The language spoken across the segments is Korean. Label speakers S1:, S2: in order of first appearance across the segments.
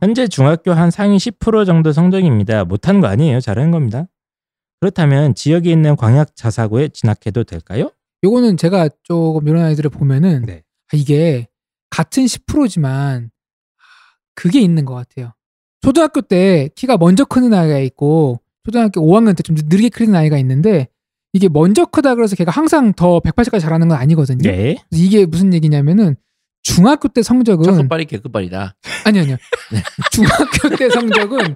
S1: 현재 중학교 한 상위 10% 정도 성적입니다. 못한 거 아니에요. 잘하는 겁니다. 그렇다면 지역에 있는 광약 자사고에 진학해도 될까요?
S2: 요거는 제가 조금 이런 아이들을 보면은
S1: 네.
S2: 아, 이게 같은 10%지만 그게 있는 것 같아요. 초등학교 때 키가 먼저 크는 아이가 있고 초등학교 5학년 때 좀 느리게 크는 아이가 있는데 이게 먼저 크다 그래서 걔가 항상 더 180까지 자라는 건 아니거든요.
S1: 네.
S2: 그래서 이게 무슨 얘기냐면은 중학교
S1: 음.
S2: 때 성적은
S3: 첫급발이 개급발이다.
S2: 아니 아니요. 중학교 때 성적은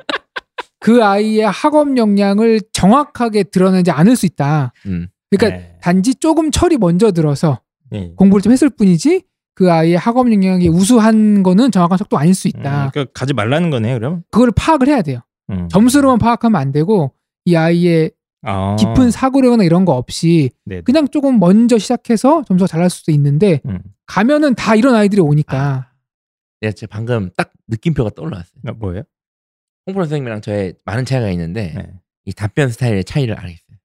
S2: 그 아이의 학업 역량을 정확하게 드러내지 않을 수 있다.
S3: 음.
S2: 그러니까 단지 조금 철이 먼저 들어서
S1: 네.
S2: 공부를 좀 했을 뿐이지 그 아이의 학업 역량이 우수한 거는 정확한 속도 아닐 수 있다.
S1: 음, 그러니까 가지 말라는 거네요. 그럼
S2: 그걸 파악을 해야 돼요.
S1: 음.
S2: 점수로만 파악하면 안 되고 이 아이의
S1: 아.
S2: 깊은 사고력이나 이런 거 없이
S1: 네.
S2: 그냥 조금 먼저 시작해서 점수가 잘 날 수도 있는데
S1: 음.
S2: 가면은 다 이런 아이들이 오니까
S3: 네, 제가 방금 딱 느낌표가 떠올랐어요.
S1: 아, 뭐예요?
S3: 홍포 선생님이랑 저의 많은 차이가 있는데
S1: 네.
S3: 이 답변 스타일의 차이를 알겠어요.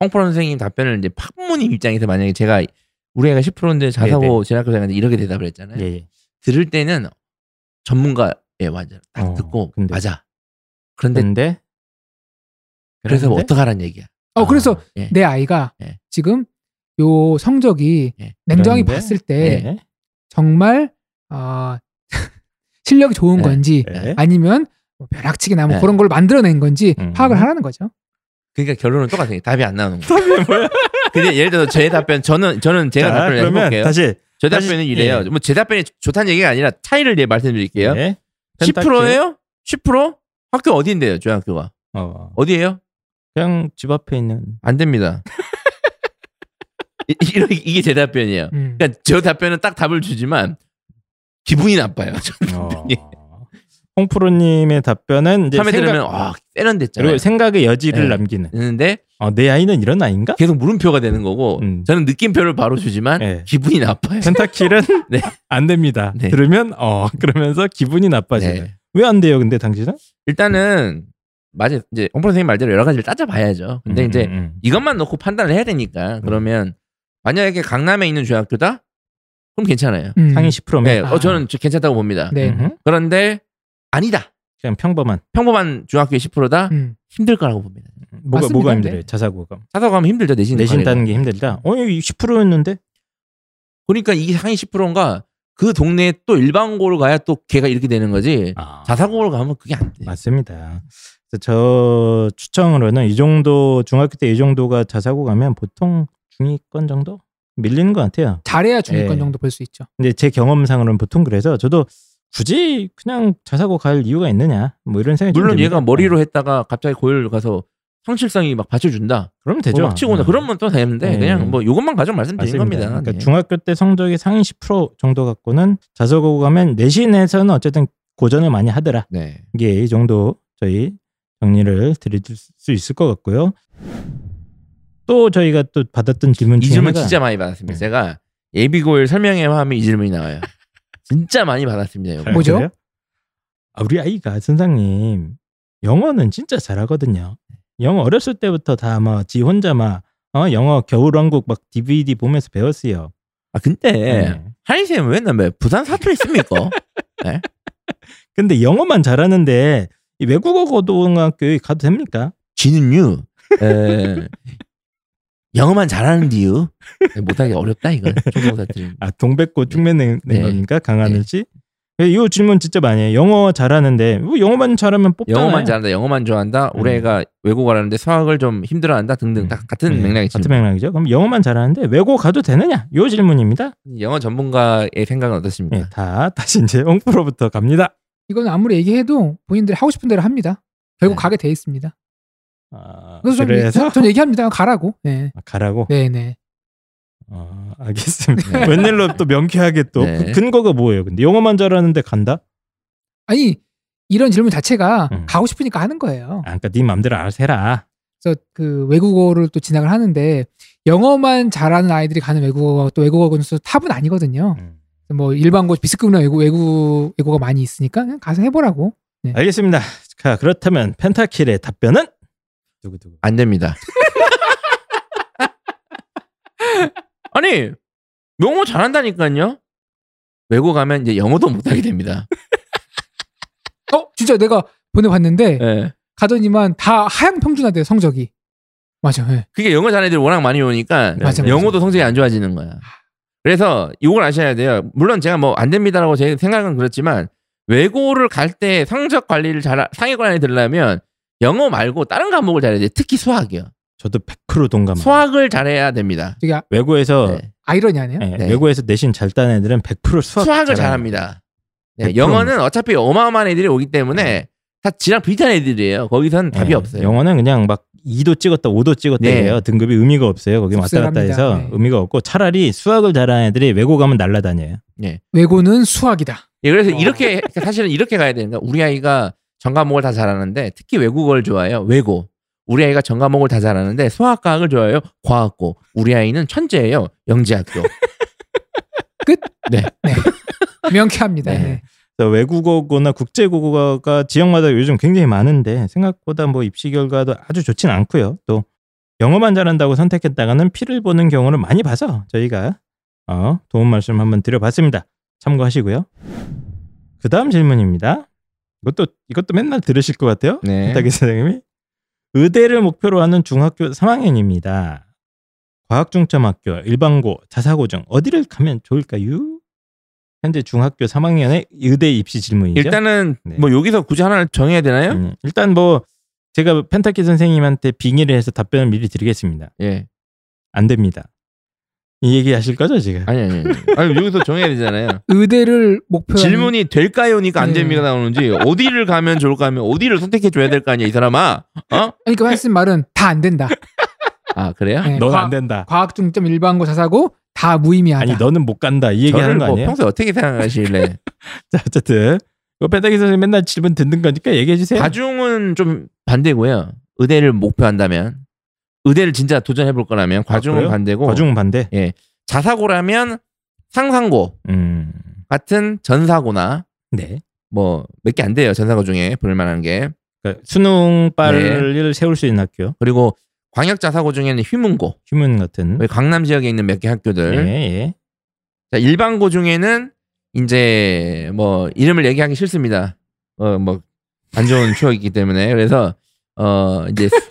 S3: 홍포 선생님 답변을 이제 학부모님 입장에서 만약에 제가 우리 애가 10%인데 자사고 진학교장인데 이렇게 대답을 했잖아요.
S1: 네, 예, 예.
S3: 들을 때는 전문가의 완전 딱
S1: 어,
S3: 듣고
S1: 근데.
S3: 맞아.
S2: 네.
S3: 그런데
S1: 근데
S3: 그래서 뭐
S1: 그런데?
S3: 어떡하란 얘기야.
S2: 어 그래서
S1: 아,
S3: 예.
S2: 내 아이가
S3: 예.
S2: 지금 요 성적이
S3: 예.
S2: 냉정히
S1: 그런데?
S2: 봤을 때
S1: 예.
S2: 정말 어, 실력이 좋은
S3: 예.
S2: 건지
S1: 예.
S2: 아니면 뭐 벼락치기나 뭐
S3: 예.
S2: 그런 걸 만들어낸 건지
S1: 음.
S2: 파악을 하라는 거죠.
S3: 그러니까 결론은 똑같아요. 답이 안 나오는 거예요. 답이 뭐야? 근데 예를 들어서 제 답변 저는 저는 제가
S1: 자,
S3: 답변을
S1: 그러면
S3: 해볼게요.
S1: 다시
S3: 제
S1: 다시-
S3: 답변은 이래요.
S1: 예.
S3: 뭐 제 답변이 좋다는 얘기가 아니라 차이를 예, 말씀드릴게요.
S1: 예.
S3: 10%예요? 10%? 학교 어디인데요? 중학교가
S1: 어.
S3: 어디예요?
S1: 그냥 집 앞에 있는
S3: 안 됩니다. 이, 이- 이게 제 답변이에요.
S2: 음.
S3: 그러니까 저 답변은 딱 답을 주지만 기분이 나빠요.
S1: 어.
S3: 예.
S1: 홍프로님의 답변은 이제
S3: 처음에
S1: 생각-
S3: 들으면 아 세련됐잖아요.
S1: 그리고 생각의 여지를
S3: 예.
S1: 남기는
S3: 했는데
S1: 어, 내 아이는 이런 아이인가?
S3: 계속 물음표가 되는 거고
S1: 음.
S3: 저는 느낌표를 바로 주지만
S1: 예.
S3: 기분이 나빠요.
S1: 펜타킬은
S3: 네.
S1: 안 됩니다.
S3: 네.
S1: 들으면 어 그러면서 기분이 나빠지는.
S3: 네.
S1: 왜 안 돼요? 근데 당신은?
S3: 일단은 맞아 이제 홍 선생님 말대로 여러 가지를 따져봐야죠. 근데
S1: 음,
S3: 이제
S1: 음, 음.
S3: 이것만 놓고 판단을 해야 되니까 그러면 만약에 강남에 있는 중학교다 그럼 괜찮아요.
S2: 음.
S1: 상위 10%면 음,
S3: 네, 어,
S2: 아.
S3: 저는 저- 괜찮다고 봅니다.
S2: 네.
S3: 그런데 아니다.
S1: 그냥 평범한
S3: 평범한 중학교의 10%다
S2: 음.
S3: 힘들 거라고 봅니다.
S1: 뭐가
S2: 맞습니다.
S1: 뭐가
S2: 네.
S1: 힘들어요? 자사고가
S3: 사서 가면 힘들죠 내신
S1: 내신
S3: 과외가.
S1: 따는 게 힘들다. 어 여기 10%였는데
S3: 그러니까 이게 상위 10%인가 그 동네에 또 일반고를 가야 또 걔가 이렇게 되는 거지. 자사고로 가면 그게 안 돼.
S1: 아. 네. 맞습니다. 그래서 저 추정으로는 이 정도 중학교 때 이 정도가 자사고 가면 보통 중위권 정도 밀리는 것 같아요.
S2: 잘해야 중위권
S1: 예.
S2: 정도 볼 수 있죠.
S1: 근데 제 경험상으로는 보통 그래서 저도 굳이 그냥 자사고 갈 이유가 있느냐 뭐 이런 생각이 좀 듭니다.
S3: 물론
S1: 네.
S3: 얘가 머리로 했다가 갑자기 고열 가서 성실성이 막 받쳐준다. 뭐
S1: 그러면 되죠.
S3: 막 치고 온다.
S1: 음.
S3: 그러면 또 되는데
S1: 네.
S3: 그냥 뭐 이것만 가지고 말씀드린
S1: 맞습니다.
S3: 겁니다.
S1: 그러니까
S3: 네.
S1: 중학교 때 성적이 상위 10% 정도 갖고는 자사고 가면 내신에서는 어쨌든 고전을 많이 하더라.
S3: 네.
S1: 이게 이 정도 저희 정리를 드릴 수 있을 것 같고요. 또 저희가 또 받았던 질문
S3: 이
S1: 중에
S3: 질문
S1: 하나가
S3: 진짜 많이 받았습니다.
S1: 네.
S3: 제가 예비고일 설명회만 하면 이 질문이 나와요. 진짜 많이 받았습니다. 이거.
S1: 아,
S2: 뭐죠?
S1: 그래요? 아, 우리 아이가 선생님 영어는 진짜 잘하거든요. 영어 어렸을 때부터 다 아마 지 혼자 막 어, 영어 겨울왕국 막 DVD 보면서 배웠어요.
S3: 아 근데
S1: 네.
S3: 한희 쌤은 맨날 왜 부산 사투리 씁니까?
S1: 근데 영어만 잘하는데 이 외국어 고등학교에 가도 됩니까?
S3: 지는유 에, 영어만 잘하는 이유 못하기 어렵다 이건 중국사 드림.
S1: 아 동백고 쭉
S3: 네.
S1: 내는 겁니까 강하늘지? 예, 이 질문 진짜 많이 해요. 영어 잘하는데 뭐 영어만 잘하면 뽑잖아요.
S3: 영어만 잘한다, 영어만 좋아한다,
S1: 음.
S3: 우리 애가 외국어를 하는데 수학을 좀 힘들어한다 등등 다 음. 같은
S1: 네,
S3: 맥락이
S1: 같은
S3: 지금
S1: 맥락이죠. 그럼 영어만 잘하는데 외고 가도 되느냐? 이 질문입니다.
S3: 영어 전문가의 생각은 어떻습니까?
S1: 네, 다 다시 이제 홍프로부터 갑니다.
S2: 이건 아무리 얘기해도 본인들이 하고 싶은 대로 합니다. 결국
S3: 네.
S2: 가게 돼 있습니다.
S1: 아,
S2: 그래서 전
S1: 그래서
S2: 얘기- 전 얘기합니다. 가라고. 네.
S1: 아, 가라고.
S2: 네, 네.
S1: 어, 알겠습니다.
S3: 네.
S1: 웬일로 또 명쾌하게 또
S3: 네.
S1: 그 근거가 뭐예요? 근데 영어만 잘하는데 간다?
S2: 아니 이런 질문 자체가
S1: 음.
S2: 가고 싶으니까 하는 거예요.
S1: 아, 그러니까 네 맘대로 알아서 해라.
S2: 그래서 그 외국어를 또 진학을 하는데 영어만 잘하는 아이들이 가는 외국어 또 외국어 군수 탑은 아니거든요.
S1: 음.
S2: 뭐 일반고 비스급이나 외국 외국 외국어 많이 있으니까 그냥 가서 해보라고.
S1: 알겠습니다. 자, 그렇다면 펜타킬의 답변은 두구두구.
S3: 안 됩니다. 아니 영어 잘한다니까요. 외고 가면 이제 영어도 못하게 됩니다.
S2: 진짜 내가 보내봤는데
S1: 네.
S3: 예.
S2: 가더니만 다 하향 평준화돼요 성적이. 맞아. 예.
S3: 그게 영어 잘하는 애들 워낙 많이 오니까
S1: 네,
S2: 맞아,
S1: 네.
S2: 맞아.
S3: 영어도 성적이 안 좋아지는 거야. 그래서 이걸 아셔야 돼요. 물론 제가 뭐 안 됩니다라고 제 생각은 그렇지만 외고를 갈 때 성적 관리를 잘 상위권 안에 들려면 영어 말고 다른 과목을 잘해야 돼요. 특히 수학이요.
S1: 저도 100% 동감합니다.
S3: 수학을 잘해야 됩니다.
S2: 되게 아-
S1: 외고에서
S3: 네.
S2: 아이러니하네요.
S1: 예,
S3: 네.
S1: 외고에서 내신 잘 따는 애들은 100% 수학 잘하는
S3: 수학을 잘합니다. 네,
S1: 100%
S3: 영어는 어차피 어마어마한 애들이 오기 때문에 다 지랑 비슷한 애들이에요. 거기선 답이
S1: 예,
S3: 없어요.
S1: 네. 영어는 그냥 막 2도 찍었다 5도 찍었다
S3: 네.
S1: 해요. 등급이 의미가 없어요. 거기 왔다 갔다
S2: 씁쓸합니다.
S1: 해서
S2: 네.
S1: 의미가 없고 차라리 수학을 잘하는 애들이 외고 가면 날라다녀요.
S2: 외고는 수학이다.
S3: 예, 그래서
S2: 어.
S3: 이렇게 그러니까 사실은 이렇게 가야 되는 거야. 우리 아이가 전과목을 다 잘하는데 특히 외국어를 좋아해요. 외고. 우리 아이가 전과목을 다 잘하는데 수학과학을 좋아해요. 과학고. 우리 아이는 천재예요. 영재학교.
S2: 명쾌합니다.
S3: 네.
S2: 네.
S1: 그래서 외국어거나 국제국어가 지역마다 요즘 굉장히 많은데 생각보다 뭐 입시 결과도 아주 좋진 않고요. 또 영어만 잘한다고 선택했다가는 피를 보는 경우는 많이 봐서 저희가 어, 도움 말씀 한번 드려봤습니다. 참고하시고요. 그 다음 질문입니다. 이것도 이것도 맨날 들으실 것 같아요.
S3: 네.
S1: 한타기 사장님이 의대를 목표로 하는 중학교 3학년입니다. 과학중점학교, 일반고, 자사고중 어디를 가면 좋을까요? 현재 중학교 3학년의 의대 입시 질문이죠.
S3: 일단은
S1: 네.
S3: 뭐 여기서 굳이 하나를 정해야 되나요?
S1: 음, 일단 뭐 제가 펜타키 선생님한테 빙의를 해서 답변을 미리 드리겠습니다.
S3: 예.
S1: 안 됩니다. 이 얘기 하실 거죠 지금?
S3: 아니 아니. 아니. 아니 여기서 정해야 되잖아요.
S2: 의대를 목표로 하는-
S3: 질문이 될까요니까 그러니까 안
S1: 음.
S2: 네.
S3: 됩니까 나오는지 어디를 가면 좋을까 하면 어디를 선택해 줘야 될 거 아니야 이 사람아. 어?
S2: 그러니까 말씀 말은 다 안 된다.
S3: 아 그래요?
S2: 네,
S1: 넌
S2: 과-
S1: 안 된다.
S2: 과학 중점 일반고 자사고 다 무의미하다.
S1: 아니 너는 못 간다 이 얘기
S3: 저를
S1: 하는 거
S3: 뭐
S1: 아니에요?
S3: 평소에 어떻게 생각하실래?
S1: 자 어쨌든 이거 펜타키 선생님 맨날 질문 듣는 거니까 얘기해 주세요.
S3: 과중은 좀 반대고요. 의대를 목표한다면 의대를 진짜 도전해 볼 거라면 과중은
S1: 아, 그래요?
S3: 반대고
S1: 과중 반대.
S3: 자사고라면 상상고
S1: 음,
S3: 같은 전사고나
S1: 네.
S3: 뭐 몇 개 안 돼요 전사고 중에 볼 만한 게
S1: 그러니까 수능빨을
S3: 네.
S1: 세울 수 있는 학교,
S3: 그리고 광역 자사고 중에는 휘문고
S1: 휴문 같은.
S3: 우리 강남 지역에 있는 몇 개 학교들
S1: 음. 예,
S3: 자, 일반고 중에는 이제 뭐 이름을 얘기하기 싫습니다. 어 뭐 안 좋은 추억이기 때문에 그래서 어 이제 수-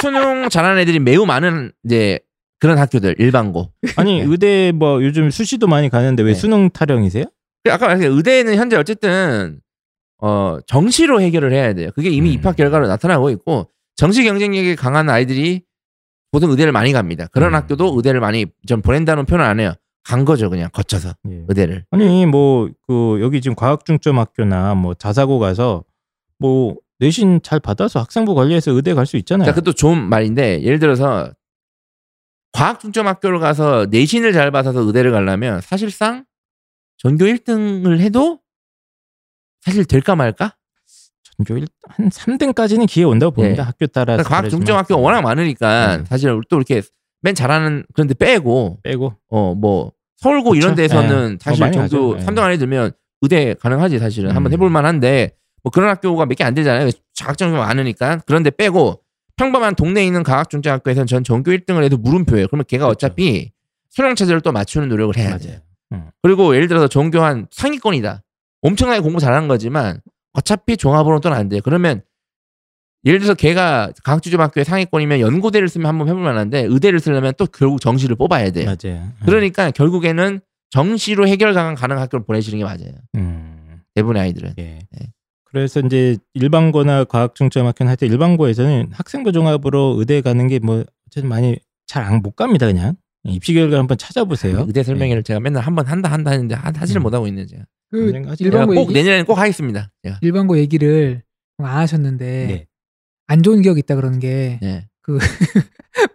S3: 수능 잘하는 애들이 매우 많은 이제 그런 학교들 일반고.
S1: 예. 아니
S3: 네.
S1: 의대 뭐 요즘 수시도 많이 가는데 왜
S3: 네.
S1: 수능 타령이세요?
S3: 그 아까 말했듯이 의대는 현재 어쨌든 어 정시로 해결을 해야 돼요. 그게 이미
S1: 음.
S3: 입학 결과로 나타나고 있고 정시 경쟁력이 강한 아이들이 보통 의대를 많이 갑니다. 그런
S1: 음.
S3: 학교도 의대를 많이 전 보낸다는 표현을 안 해요. 간 거죠 그냥 거쳐서
S1: 예.
S3: 의대를.
S1: 아니 뭐 그 여기 지금 과학중점 학교나 뭐 자사고 가서 뭐 내신 잘 받아서 학생부 관리해서 의대 갈 수 있잖아요.
S3: 자, 그것도 좋은 말인데 예를 들어서 과학 중점 학교를 가서 내신을 잘 받아서 의대를 가려면 사실상 전교 1등을 해도 사실 될까 말까?
S1: 전교 일- 한 3등까지는 기회 온다고 봅니다.
S3: 예.
S1: 학교 따라서.
S3: 그 그러니까 과학
S1: 다르지만.
S3: 중점 학교가 워낙 많으니까
S1: 음.
S3: 사실 또 이렇게 맨 잘하는 그런데 빼고
S1: 빼고
S3: 어 뭐 서울고 이런
S1: 그쵸?
S3: 데서는
S1: 예.
S3: 사실
S1: 어, 많이
S3: 정도
S1: 가죠. 예.
S3: 3등 안에 들면 의대 가능하지 사실은 한번
S1: 음.
S3: 해볼 만한데 뭐 그런 학교가 몇 개 안 되잖아요. 자학점이 많으니까 그런데 빼고 평범한 동네에 있는 과학중장학교에서는 전 전교 1등을 해도 물음표예요. 그러면 걔가
S1: 그쵸.
S3: 어차피 수능 체제를 또 맞추는 노력을 해야 돼요.
S1: 맞아요. 음.
S3: 그리고 예를 들어서 전교 한 상위권이다. 엄청나게 공부 잘한 거지만 어차피 종합으로는 또는 안 돼요. 그러면 예를 들어서 걔가 과학중장학교의 상위권이면 연고대를 쓰면 한번 해볼 만한데 의대를 쓰려면 또 결국 정시를 뽑아야 돼요.
S1: 맞아요.
S3: 네. 그러니까 결국에는 정시로 해결 가능 가능 학교를 보내시는 게 맞아요.
S1: 음.
S3: 대부분의 아이들은.
S1: 예.
S3: 네.
S1: 그래서 이제 일반고나 과학중점학교는 하여튼 일반고에서는 학생부 종합으로 의대 가는 게 뭐 어쨌든 많이 잘 못 갑니다 그냥 예, 입시 결과 한번 찾아보세요. 네.
S3: 의대 설명회를 제가 맨날 한 번 한다 한다 했는데 하, 하지를
S1: 음.
S3: 못하고 있는 제가.
S2: 그
S1: 언젠가 하지.
S3: 제가
S2: 일반고
S3: 꼭
S2: 얘기,
S3: 내년에는 꼭 하겠습니다. 제가.
S2: 일반고 얘기를 안 하셨는데
S1: 네.
S2: 안 좋은 기억이 있다 그러는 게
S3: 예.
S1: 네.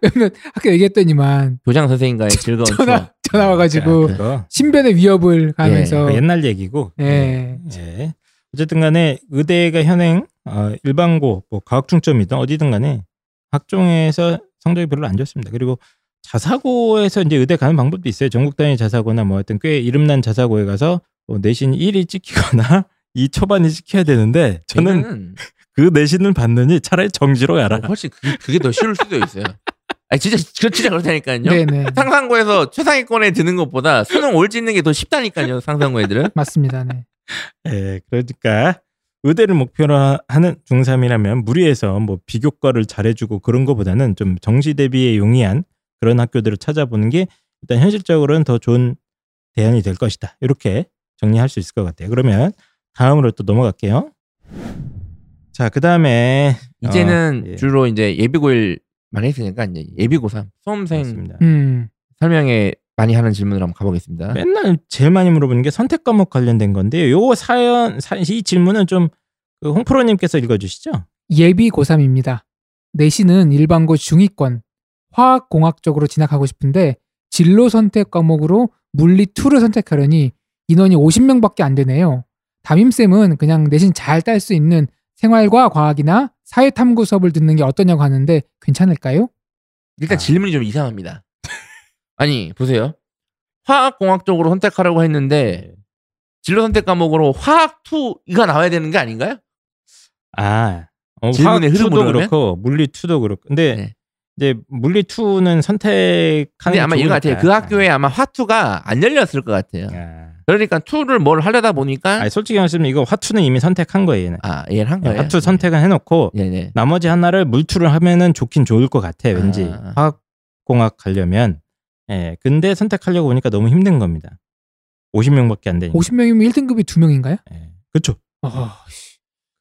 S2: 몇몇 학교 얘기했더니만
S3: 교장 선생님과의 즐거운
S1: 어,
S2: 전화
S3: 추억.
S2: 전화 와가지고
S1: 그거
S2: 신변의 위협을 가면서
S1: 네, 그 옛날 얘기고.
S2: 예.
S1: 예. 어쨌든간에 의대가 현행 어, 일반고 뭐 과학중점이든 어디든간에 학종에서 성적이 별로 안 좋습니다. 그리고 자사고에서 이제 의대 가는 방법도 있어요. 전국 단위 자사고나 뭐 하여튼 꽤 이름난 자사고에 가서 뭐 내신 1이 찍히거나 2 초반이 찍혀야 되는데 저는
S3: 저는
S1: 그 내신을 받느니 차라리 정지로 가라.
S3: 훨씬 그게, 그게 더 쉬울 수도 있어요. 아니 진짜 그 진짜 그렇다니까요.
S2: 네네
S3: 상상고에서 최상위권에 드는 것보다 수능 올 짓는 게 더 쉽다니까요. 상상고 애들은.
S2: 맞습니다. 네.
S1: 예, 그러니까 의대를 목표로 하는 중3이라면 무리해서 뭐 비교과를 잘해주고 그런 것보다는 좀 정시 대비에 용이한 그런 학교들을 찾아보는 게 일단 현실적으로는 더 좋은 대안이 될 것이다. 이렇게 정리할 수 있을 것 같아요. 그러면 다음으로 또 넘어갈게요. 자, 그 다음에
S3: 이제는
S1: 어, 예.
S3: 주로 이제 예비고일 많이 했으니까 이제 예비고3 수험생
S1: 맞습니다.
S2: 음.
S3: 설명에 많이 하는 질문으로 한번 가보겠습니다.
S1: 맨날 제일 많이 물어보는 게 선택 과목 관련된 건데 요 사연 사- 이 질문은 좀그 홍프로님께서 읽어주시죠.
S2: 예비 고3입니다. 내신은 일반고 중위권, 화학공학적으로 진학하고 싶은데 진로 선택 과목으로 물리 2를 선택하려니 인원이 50명밖에 안 되네요. 담임쌤은 그냥 내신 잘 딸 수 있는 생활과 과학이나 사회탐구 수업을 듣는 게 어떠냐고 하는데 괜찮을까요?
S3: 일단
S1: 아.
S3: 질문이 좀 이상합니다. 아니 보세요. 화학공학적으로 선택하라고
S1: 네.
S3: 했는데 진로 선택 과목으로 화학 2가 나와야 되는 게 아닌가요?
S1: 아, 어,
S3: 질문의
S1: 화학
S3: 흐름으로
S1: 2도
S3: 그러면?
S1: 그렇고 물리 2도 그렇고. 근데
S3: 네.
S1: 이제 물리 2는 선택하는
S3: 근데
S1: 게
S3: 아마 이거
S1: 좋으니까.
S3: 같아요. 그
S1: 네.
S3: 학교에 아마 화 2가 안 열렸을 것 같아요.
S1: 아,
S3: 그러니까 2를 뭘 하려다 보니까
S1: 아니, 솔직히 말씀드리면 이거 화투는 이미 선택한 거예요. 얘는.
S3: 아 얘를 한 거예요.
S1: 네, 화투 선택은 해놓고
S3: 네네.
S1: 나머지 하나를 물투를 하면은 좋긴 좋을 것 같아. 왠지
S3: 아.
S1: 화학공학 가려면. 예, 근데 선택하려고 보니까 너무 힘든 겁니다. 50명밖에 안 되니까.
S2: 50명이면 1등급이 2명인가요?
S1: 예, 그렇죠.
S2: 어,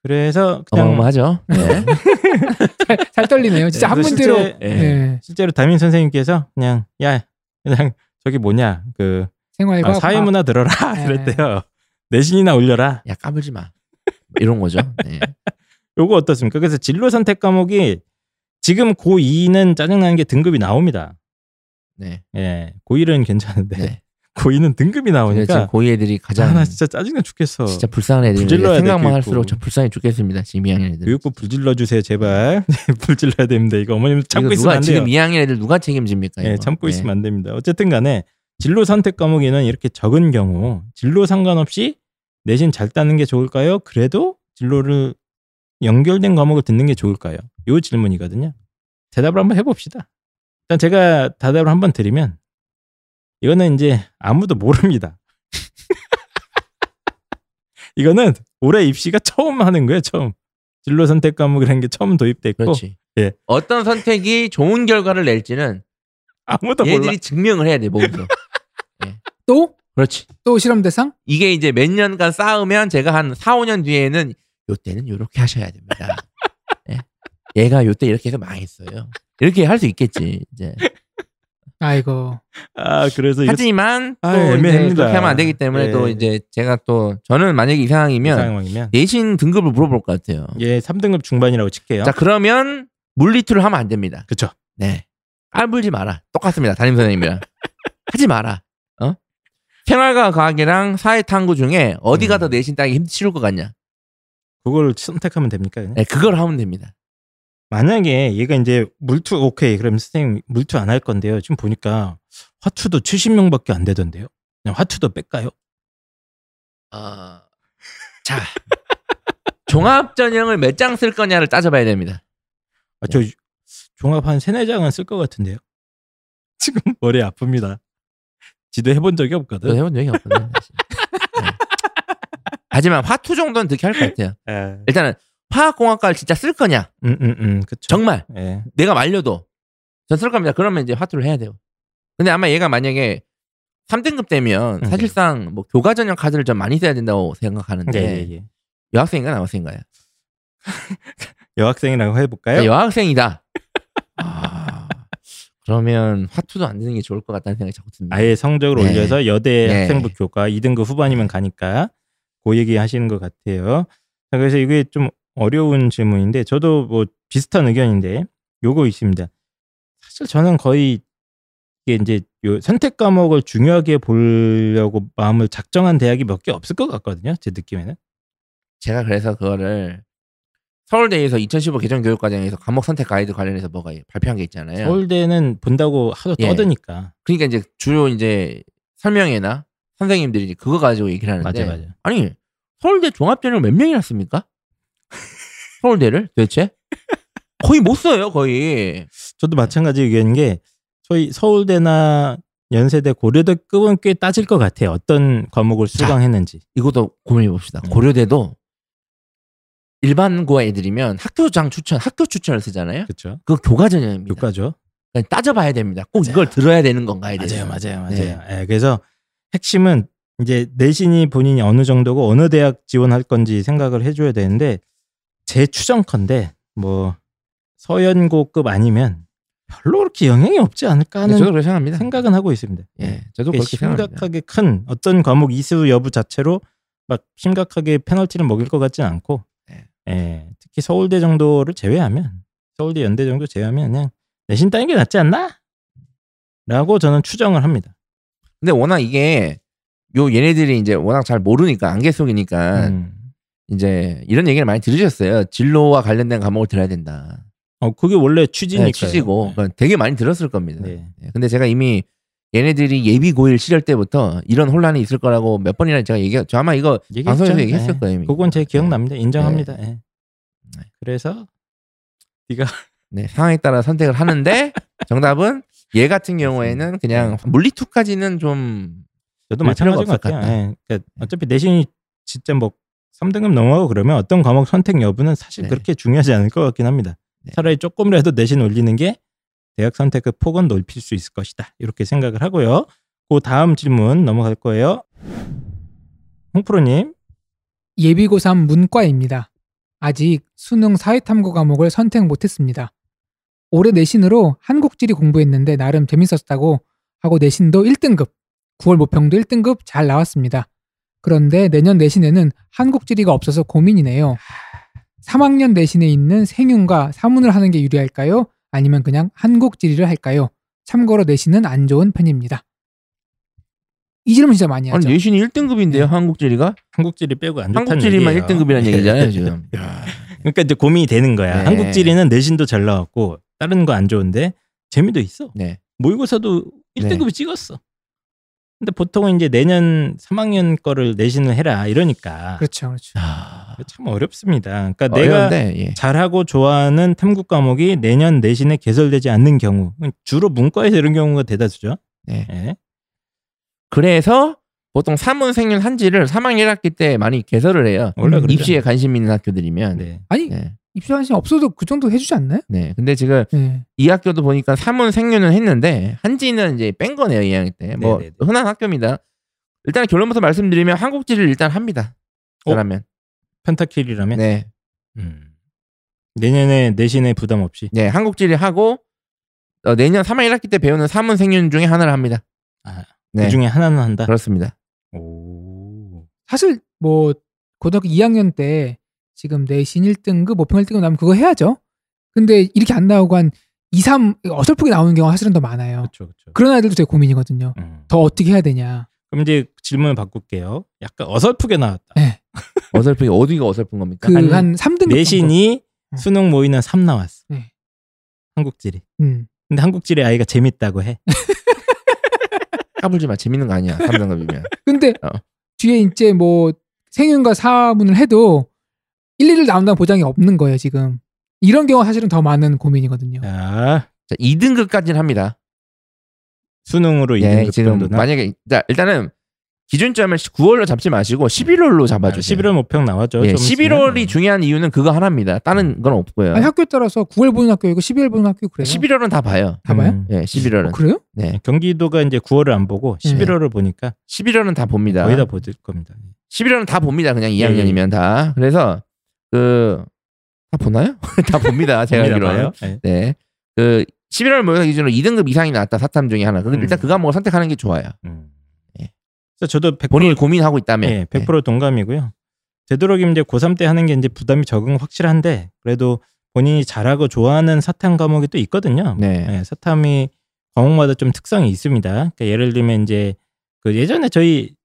S1: 그래서 그냥
S3: 어마어마하죠. 네.
S2: 잘, 잘 떨리네요. 진짜
S1: 네,
S2: 한
S1: 그래서
S2: 문제로
S1: 실제-
S3: 예.
S2: 예,
S1: 실제로 담임 선생님께서 그냥 야 그냥 저기 뭐냐 그
S2: 생활과
S1: 아, 사회문화 들어라
S3: 예.
S2: 네.
S1: 그랬대요. 내신이나 올려라.
S3: 야 까불지 마. 이런 거죠. 네.
S1: 요거 어떻습니까? 그래서 진로 선택 과목이 지금 고2는 짜증나는 게 등급이 나옵니다.
S3: 네.
S1: 예. 고1은 괜찮은데
S3: 네.
S1: 고2는 등급이
S3: 지금
S1: 나오니까
S3: 고이 애들이 가장
S1: 어, 아, 나 진짜 짜증나 죽겠어.
S3: 진짜 불쌍한 애들
S1: 부질러야 돼,
S3: 생각만
S1: 교육부.
S3: 할수록 저 불쌍해 죽겠습니다. 지금 2학년 애들.
S1: 교육부 불질러 주세요, 제발. 불질러야 됩니다. 이거 어머님 참고
S3: 네. 이거 누가
S1: 있으면 안 돼요.
S3: 지금 2학년 애들 누가 책임집니까?
S1: 예,
S3: 이거?
S1: 참고
S3: 예.
S1: 있으면 안 됩니다. 어쨌든 간에 진로 선택 과목에는 이렇게 적은 경우 진로 상관없이 내신 잘 따는 게 좋을까요? 그래도 진로를 연결된 과목을 듣는 게 좋을까요? 요 질문이거든요. 대답을 한번 해봅시다. 일단 제가 대답을 한번 드리면 이거는 이제 아무도 모릅니다. 이거는 올해 입시가 처음 하는 거예요. 처음 진로 선택 과목이라는 게 처음 도입됐고
S3: 그렇지.
S1: 예.
S3: 어떤 선택이 좋은 결과를 낼지는
S1: 아무도
S3: 얘들이
S1: 몰라.
S3: 증명을 해야 돼 몸소.
S2: 또?
S3: 그렇지.
S2: 또 실험 대상?
S3: 이게 이제 몇 년간 쌓으면 제가 한 4, 5년 뒤에는 요때는 요렇게 하셔야 됩니다. 예. 얘가 요때 이렇게 해서 망했어요. 이렇게 할 수 있겠지. 이제.
S2: 아이고.
S1: 아 그래서 이거
S3: 하지만 또
S1: 아,
S3: 이제
S1: 애매합니다.
S3: 그렇게 하면 안 되기 때문에
S1: 예.
S3: 또 이제 제가 또 저는 만약에 이 상황이면
S1: 상황이면
S3: 내신 등급을 물어볼 것 같아요.
S1: 예, 3등급 중반이라고 칠게요.
S3: 자 그러면 물리투를 하면 안 됩니다.
S1: 그쵸.
S3: 네. 깔불지 마라. 똑같습니다. 담임 선생님이랑 하지 마라. 어? 생활과 과학이랑 사회탐구 중에 어디가
S1: 음.
S3: 더 내신 따기 힘 쉬울 것 같냐?
S1: 그걸 선택하면 됩니까? 그냥?
S3: 네, 그걸 하면 됩니다.
S1: 만약에 얘가 이제 물투 오케이. 그럼 선생님 물투 안 할 건데요. 지금 보니까 화투도 70명밖에 안 되던데요. 그냥 화투도 뺄까요?
S3: 어, 자 종합 전형을 몇 장 쓸 거냐를 따져봐야 됩니다.
S1: 아,
S3: 네.
S1: 저 종합 한 세네 장은 쓸 것 같은데요. 지금 머리 아픕니다. 지도 해본 적이
S3: 저
S1: 없거든.
S3: 해본 적이 없거든요. 사실. 네. 하지만 화투 정도는 득히 할 것 같아요.
S1: 예.
S3: 일단은 화학공학과를 진짜 쓸 거냐?
S1: 음, 음, 음, 그쵸.
S3: 정말
S1: 예.
S3: 내가 말려도 전 쓸 겁니다. 그러면 이제 화투를 해야 돼요. 근데 아마 얘가 만약에 3등급 되면
S1: 음.
S3: 사실상 뭐 교과 전형 카드를 좀 많이 써야 된다고 생각하는데
S1: 예, 예, 예.
S3: 여학생인가 남학생인가요?
S1: 여학생이라고 해볼까요?
S3: 나 여학생이다. 아, 그러면 화투도 안 되는 게 좋을 것 같다는 생각이 자꾸 듭니다.
S1: 아예 성적을
S3: 네.
S1: 올려서 여대
S3: 네.
S1: 학생부 교과 2등급 후반이면 가니까 그 얘기 하시는 것 같아요. 자, 그래서 이게 좀 어려운 질문인데 저도 뭐 비슷한 의견인데 요거 있습니다. 사실 저는 거의 이게 이제 요 선택 과목을 중요하게 보려고 마음을 작정한 대학이 몇 개 없을 것 같거든요. 제 느낌에는.
S3: 제가 그래서 그거를 서울대에서 2015 개정 교육 과정에서 과목 선택 가이드 관련해서 뭐가 발표한 게 있잖아요.
S1: 서울대는 본다고 하도
S3: 네. 예.
S1: 떠드니까.
S3: 그러니까 이제 주로 이제 설명회나 선생님들이 이제 그거 가지고 얘기를 하는데
S1: 맞아 맞아.
S3: 아니 서울대 종합전형 몇 명이 났습니까? 서울대를 도대체 거의 못 써요 거의
S1: 저도 마찬가지 의견인 게 저희 서울대나 연세대 고려대급은 꽤 따질 것 같아요. 어떤 과목을 수강했는지.
S3: 음. 이것도 고민해 봅시다
S1: 네.
S3: 고려대도 일반고 애들이면 학교장 추천, 학교 추천을 쓰잖아요.
S1: 그렇죠.
S3: 그거 교과 전형입니다.
S1: 교과죠.
S3: 그러니까 따져봐야 됩니다. 꼭 이걸 들어야 되는 건가에 대해서.
S1: 맞아요, 맞아요,
S3: 네.
S1: 맞아요. 예, 그래서 핵심은 이제 내신이 본인이 어느 정도고 어느 대학 지원할 건지 생각을 해줘야 되는데 제 추정컨대 뭐 서연고급 아니면 별로 그렇게 영향이 없지 않을까 하는
S3: 네, 저도 그렇게 생각합니다.
S1: 생각은 하고 있습니다. 네.
S3: 예, 저도
S1: 그게
S3: 그렇게 생각합니다.
S1: 심각하게 큰 어떤 과목 이수 여부 자체로 막 심각하게 페널티를 먹일 것 같지는 않고
S3: 네.
S1: 예, 특히 서울대 정도를 제외하면 서울대 연대 정도 제외하면 그냥 내신 따는 게 낫지 않나? 라고 저는 추정을 합니다.
S3: 근데 워낙 이게 요 얘네들이 이제 워낙 잘 모르니까 안개 속이니까
S1: 음.
S3: 이제 이런 얘기를 많이 들으셨어요. 진로와 관련된 과목을 들어야 된다.
S1: 어 그게 원래
S3: 네,
S1: 취지니까요.
S3: 취지고
S1: 네.
S3: 그러니까 되게 많이 들었을 겁니다.
S1: 네.
S3: 예, 근데 제가 이미 얘네들이 예비 고일 시절 때부터 이런 혼란이 있을 거라고 몇 번이나 제가 얘기, 저 아마 이거
S1: 얘기했죠.
S3: 방송에서 얘기했을
S1: 예.
S3: 거예요. 이미.
S1: 그건 제 기억납니다. 인정합니다. 예.
S3: 네.
S1: 그래서
S3: 네, 상황에 따라 선택을 하는데 정답은 얘 같은 경우에는 그냥 물리투까지는 좀
S1: 저도
S3: 별 필요가 네.
S1: 마찬가지인 것
S3: 없을 것
S1: 같아요. 예. 그러니까 어차피 내신이 진짜 뭐 3등급 넘어가고 그러면 어떤 과목 선택 여부는 사실
S3: 네.
S1: 그렇게 중요하지 않을 것 같긴 합니다.
S3: 네.
S1: 차라리 조금이라도 내신 올리는 게 대학 선택의 폭은 넓힐 수 있을 것이다. 이렇게 생각을 하고요. 그 다음 질문 넘어갈 거예요. 홍프로님,
S2: 예비고 3 문과입니다. 아직 수능 사회탐구 과목을 선택 못했습니다. 올해 내신으로 한국지리 공부했는데 나름 재밌었다고 하고 내신도 1등급, 9월 모평도 1등급 잘 나왔습니다. 그런데 내년 내신에는 한국지리가 없어서 고민이네요. 3학년 내신에 있는 생윤과 사문을 하는 게 유리할까요? 아니면 그냥 한국지리를 할까요? 참고로 내신은 안 좋은 편입니다. 이 질문 진짜 많이 하죠.
S3: 아니 내신이 1등급인데요 한국지리가
S1: 한국지리 빼고 안 좋다는
S3: 한국지리만
S1: 얘기예요.
S3: 1등급이라는 네. 얘기잖아요 네. 지금.
S1: 그러니까 이제 고민이 되는 거야.
S3: 네.
S1: 한국지리는 내신도 잘 나왔고 다른 거 안 좋은데 재미도 있어.
S3: 네.
S1: 모의고사도 1등급이 찍었어. 근데 보통은 이제 내년 3학년 거를 내신을 해라 이러니까
S2: 그렇죠, 그렇죠.
S3: 아,
S1: 참 어렵습니다. 그러니까 내가
S3: 어려운데 예.
S1: 잘하고 좋아하는 탐구 과목이 내년 내신에 개설되지 않는 경우 주로 문과에서 이런 경우가 대다수죠.
S3: 네.
S1: 예.
S3: 그래서 보통 사문 생윤 한지를 3학년 1학기 때 많이 개설을 해요.
S1: 원래
S2: 음,
S1: 그러죠.
S3: 입시에 관심 있는 학교들이면. 그렇죠. 네.
S1: 네.
S2: 아니
S3: 네.
S2: 입시관심 없어도 그 정도 해주지 않나요?
S3: 근데 지금
S2: 네.
S3: 이 학교도 보니까 사문 생윤은 했는데 한지는 이제 뺀 거네요 이 학년 때. 뭐
S1: 네, 네,
S3: 흔한 학교입니다. 일단 결론부터 말씀드리면 한국지를 일단 합니다.
S1: 어?
S3: 그러면
S1: 펜타킬이라면
S3: 네,
S1: 음. 내년에 내신에 부담 없이
S3: 네 한국지를 하고 어, 내년 3학년 1학기 때 배우는 사문 생윤 중에 하나를 합니다.
S1: 아,
S3: 네,
S1: 그 중에 하나는 한다.
S3: 그렇습니다.
S1: 오.
S2: 사실 뭐 고등학교 2학년 때 지금 내신 1등급, 모평 1등급 나면 그거 해야죠. 근데 이렇게 안 나오고 한 2, 3 어설프게 나오는 경우가 사실은 더 많아요.
S1: 그렇죠, 그렇죠.
S2: 그런 아이들도 되게 고민이거든요.
S1: 음.
S2: 더 어떻게 해야 되냐.
S1: 그럼 이제 질문을 바꿀게요. 약간 어설프게 나왔다.
S3: 어설프게 어디가 어설픈 겁니까?
S2: 그
S1: 아니,
S2: 한 3등급
S1: 내신이
S3: 네.
S2: 어.
S1: 수능 모의는 3 나왔어.
S2: 네.
S1: 한국지리.
S2: 음.
S1: 근데 한국지리 아이가 재밌다고 해.
S3: 까불지 마. 재밌는 거 아니야. 3등급이면.
S2: 근데
S3: 어.
S2: 뒤에 이제 뭐 생윤과 사문을 해도 1, 2를 나온다는 보장이 없는 거예요, 지금. 이런 경우가 사실은 더 많은 고민이거든요.
S3: 네.
S1: 자,
S3: 자, 2등급까지는 합니다.
S1: 수능으로
S3: 네,
S1: 그 2등급
S3: 지금
S1: 정도나.
S3: 만약에 자, 일단은 기준점을 9월로 잡지 마시고 11월로
S1: 아,
S3: 잡아주세요.
S1: 11월 목평 나왔죠.
S3: 예,
S1: 좀 있으면. 음.
S3: 11월이 중요한 이유는 그거 하나입니다. 다른 건 없고요.
S2: 아니, 학교에 따라서 9월 보는 학교 있고 11월 보는 학교 그래요.
S3: 11월은 다 봐요.
S2: 다 봐요?
S1: 네.
S2: 어,
S1: 음.
S3: 예, 11월은.
S2: 그래요?
S3: 네,
S1: 예, 경기도가 이제 9월을 안 보고 11월을 보니까
S3: 11월은 다 봅니다.
S1: 거의 다 예, 보실 겁니다.
S3: 11월은 다 봅니다. 그냥 2학년이면 다. 그래서 그 다 보나요? 다 봅니다. 제가
S1: 봅니다, 봐요.
S3: 알기로는.
S1: 예.
S3: 네. 그 11월 모의고사 기준으로 2등급 이상이 나왔다. 사탐 중에 하나. 그럼
S1: 음.
S3: 일단 그 과목을 선택하는 게 좋아요.
S1: 음.
S3: 예.
S1: 그래서 저도 100%
S3: 본인이 고민하고 있다면.
S1: 예, 100% 동감이고요. 되도록이면 이제 고3 때 하는 게 이제 부담이 적응 확실한데 그래도 본인이 잘하고 좋아하는 사탐 과목이 또 있거든요.
S3: 네.
S1: 예, 사탐이 과목마다 좀 특성이 있습니다. 그러니까 예를 들면 이제 그 예전에 저희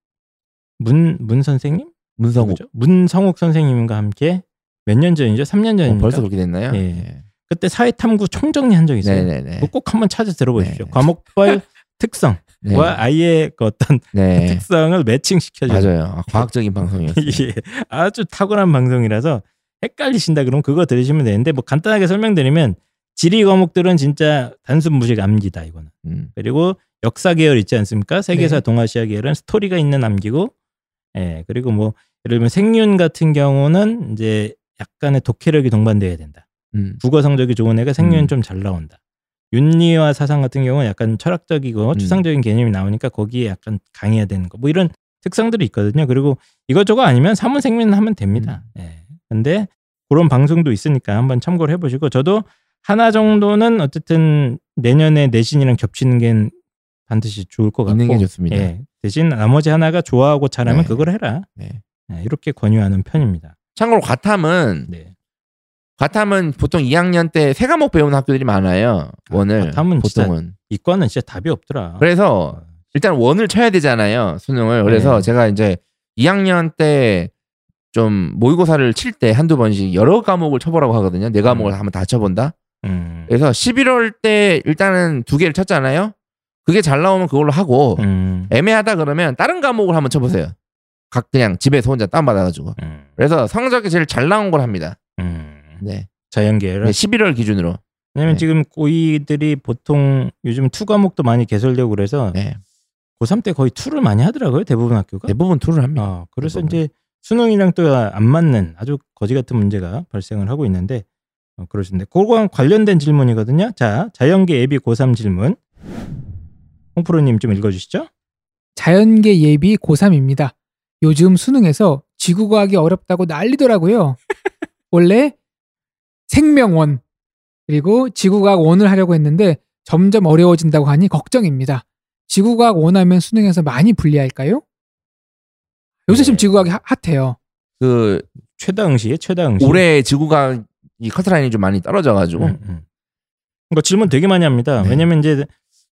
S1: 문 문 선생님,
S3: 문성우.
S1: 누구죠? 문성욱 선생님과 함께 몇 년 전이죠? 3년
S3: 어,
S1: 전입니다.
S3: 벌써 그렇게 됐나요?
S1: 예. 그때 사회탐구 총정리 한 적 있어요.
S3: 네네네.
S1: 그거 꼭 한번 찾아 들어보십시오.
S3: 네.
S1: 과목별 특성과
S3: 네.
S1: 아이의 그 어떤
S3: 네.
S1: 특성을 매칭시켜주는
S3: 맞아요. 아, 과학적인 방송이었어요.
S1: 예, 아주 탁월한 방송이라서 헷갈리신다 그러면 그거 들으시면 되는데 뭐 간단하게 설명드리면 지리 과목들은 진짜 단순 무식 암기다 이거는.
S3: 음.
S1: 그리고 역사 계열 있지 않습니까? 세계사
S2: 네.
S1: 동아시아 계열은 스토리가 있는 암기고, 예 그리고 뭐 예를 들면 생윤 같은 경우는 이제 약간의 독해력이 동반돼야 된다.
S3: 음.
S1: 국어 성적이 좋은 애가 생리는
S3: 음.
S1: 좀 잘 나온다. 윤리와 사상 같은 경우는 약간 철학적이고
S3: 음.
S1: 추상적인 개념이 나오니까 거기에 약간 강해야 되는 거. 뭐 이런 특성들이 있거든요. 그리고 이것저것 아니면 사문 생리는 하면 됩니다.
S3: 음.
S1: 예. 근데 그런 방송도 있으니까 한번 참고를 해보시고 저도 하나 정도는 어쨌든 내년에 내신이랑 겹치는 게 반드시 좋을 것 같고
S3: 있는 게 좋습니다.
S1: 예. 대신 나머지 하나가 좋아하고 잘하면
S3: 네.
S1: 그걸 해라.
S3: 네.
S1: 예, 이렇게 권유하는 편입니다.
S3: 참고로 과탐은
S1: 네.
S3: 과탐은 보통 2학년 때 세 과목 배우는 학교들이 많아요. 원을
S1: 과탐은 진짜-
S3: 보통은
S1: 이과는 진짜 답이 없더라.
S3: 그래서 일단 원을 쳐야 되잖아요 수능을 그래서
S1: 네.
S3: 제가 이제 2학년 때 좀 모의고사를 칠 때 한두 번씩 여러 과목을 쳐보라고 하거든요 네 과목을
S1: 음.
S3: 한번 다 쳐본다
S1: 음.
S3: 그래서 11월 때 일단은 두 개를 쳤잖아요 그게 잘 나오면 그걸로 하고
S1: 음.
S3: 애매하다 그러면 다른 과목을 한번 쳐보세요 각 그냥 집에서 혼자 다운받아가지고
S1: 음.
S3: 그래서 성적이 제일 잘 나온 걸 합니다
S1: 음.
S3: 네,
S1: 자연계열.
S3: 네, 11월 기준으로
S1: 왜냐면
S3: 네.
S1: 지금 고이들이 보통 요즘 투 과목도 많이 개설되고 그래서
S3: 네,
S1: 고3 때 거의 투를 많이 하더라고요. 대부분 학교가.
S3: 대부분 투를 합니다
S1: 어, 그래서
S3: 대부분.
S1: 이제 수능이랑 또 안 맞는 아주 거지 같은 문제가 발생을 하고 있는데 어, 그러신데 그거와 관련된 질문이거든요. 자, 자연계 예비 고3 질문. 홍프로님 좀 읽어주시죠.
S2: 자연계 예비 고3입니다. 요즘 수능에서 지구과학이 어렵다고 난리더라고요. 원래 생명원 그리고 지구과학 원을 하려고 했는데 점점 어려워진다고 하니 걱정입니다. 지구과학 원하면 수능에서 많이 불리할까요? 요새 지금
S1: 네.
S2: 지구과학이 하- 핫해요.
S3: 그
S1: 최다응 씨의 최다응 씨.
S3: 올해 지구가 이 커트라인이 좀 많이 떨어져가지고
S1: 음, 음. 그러니까 질문 되게 많이 합니다.
S3: 네.
S1: 왜냐면 이제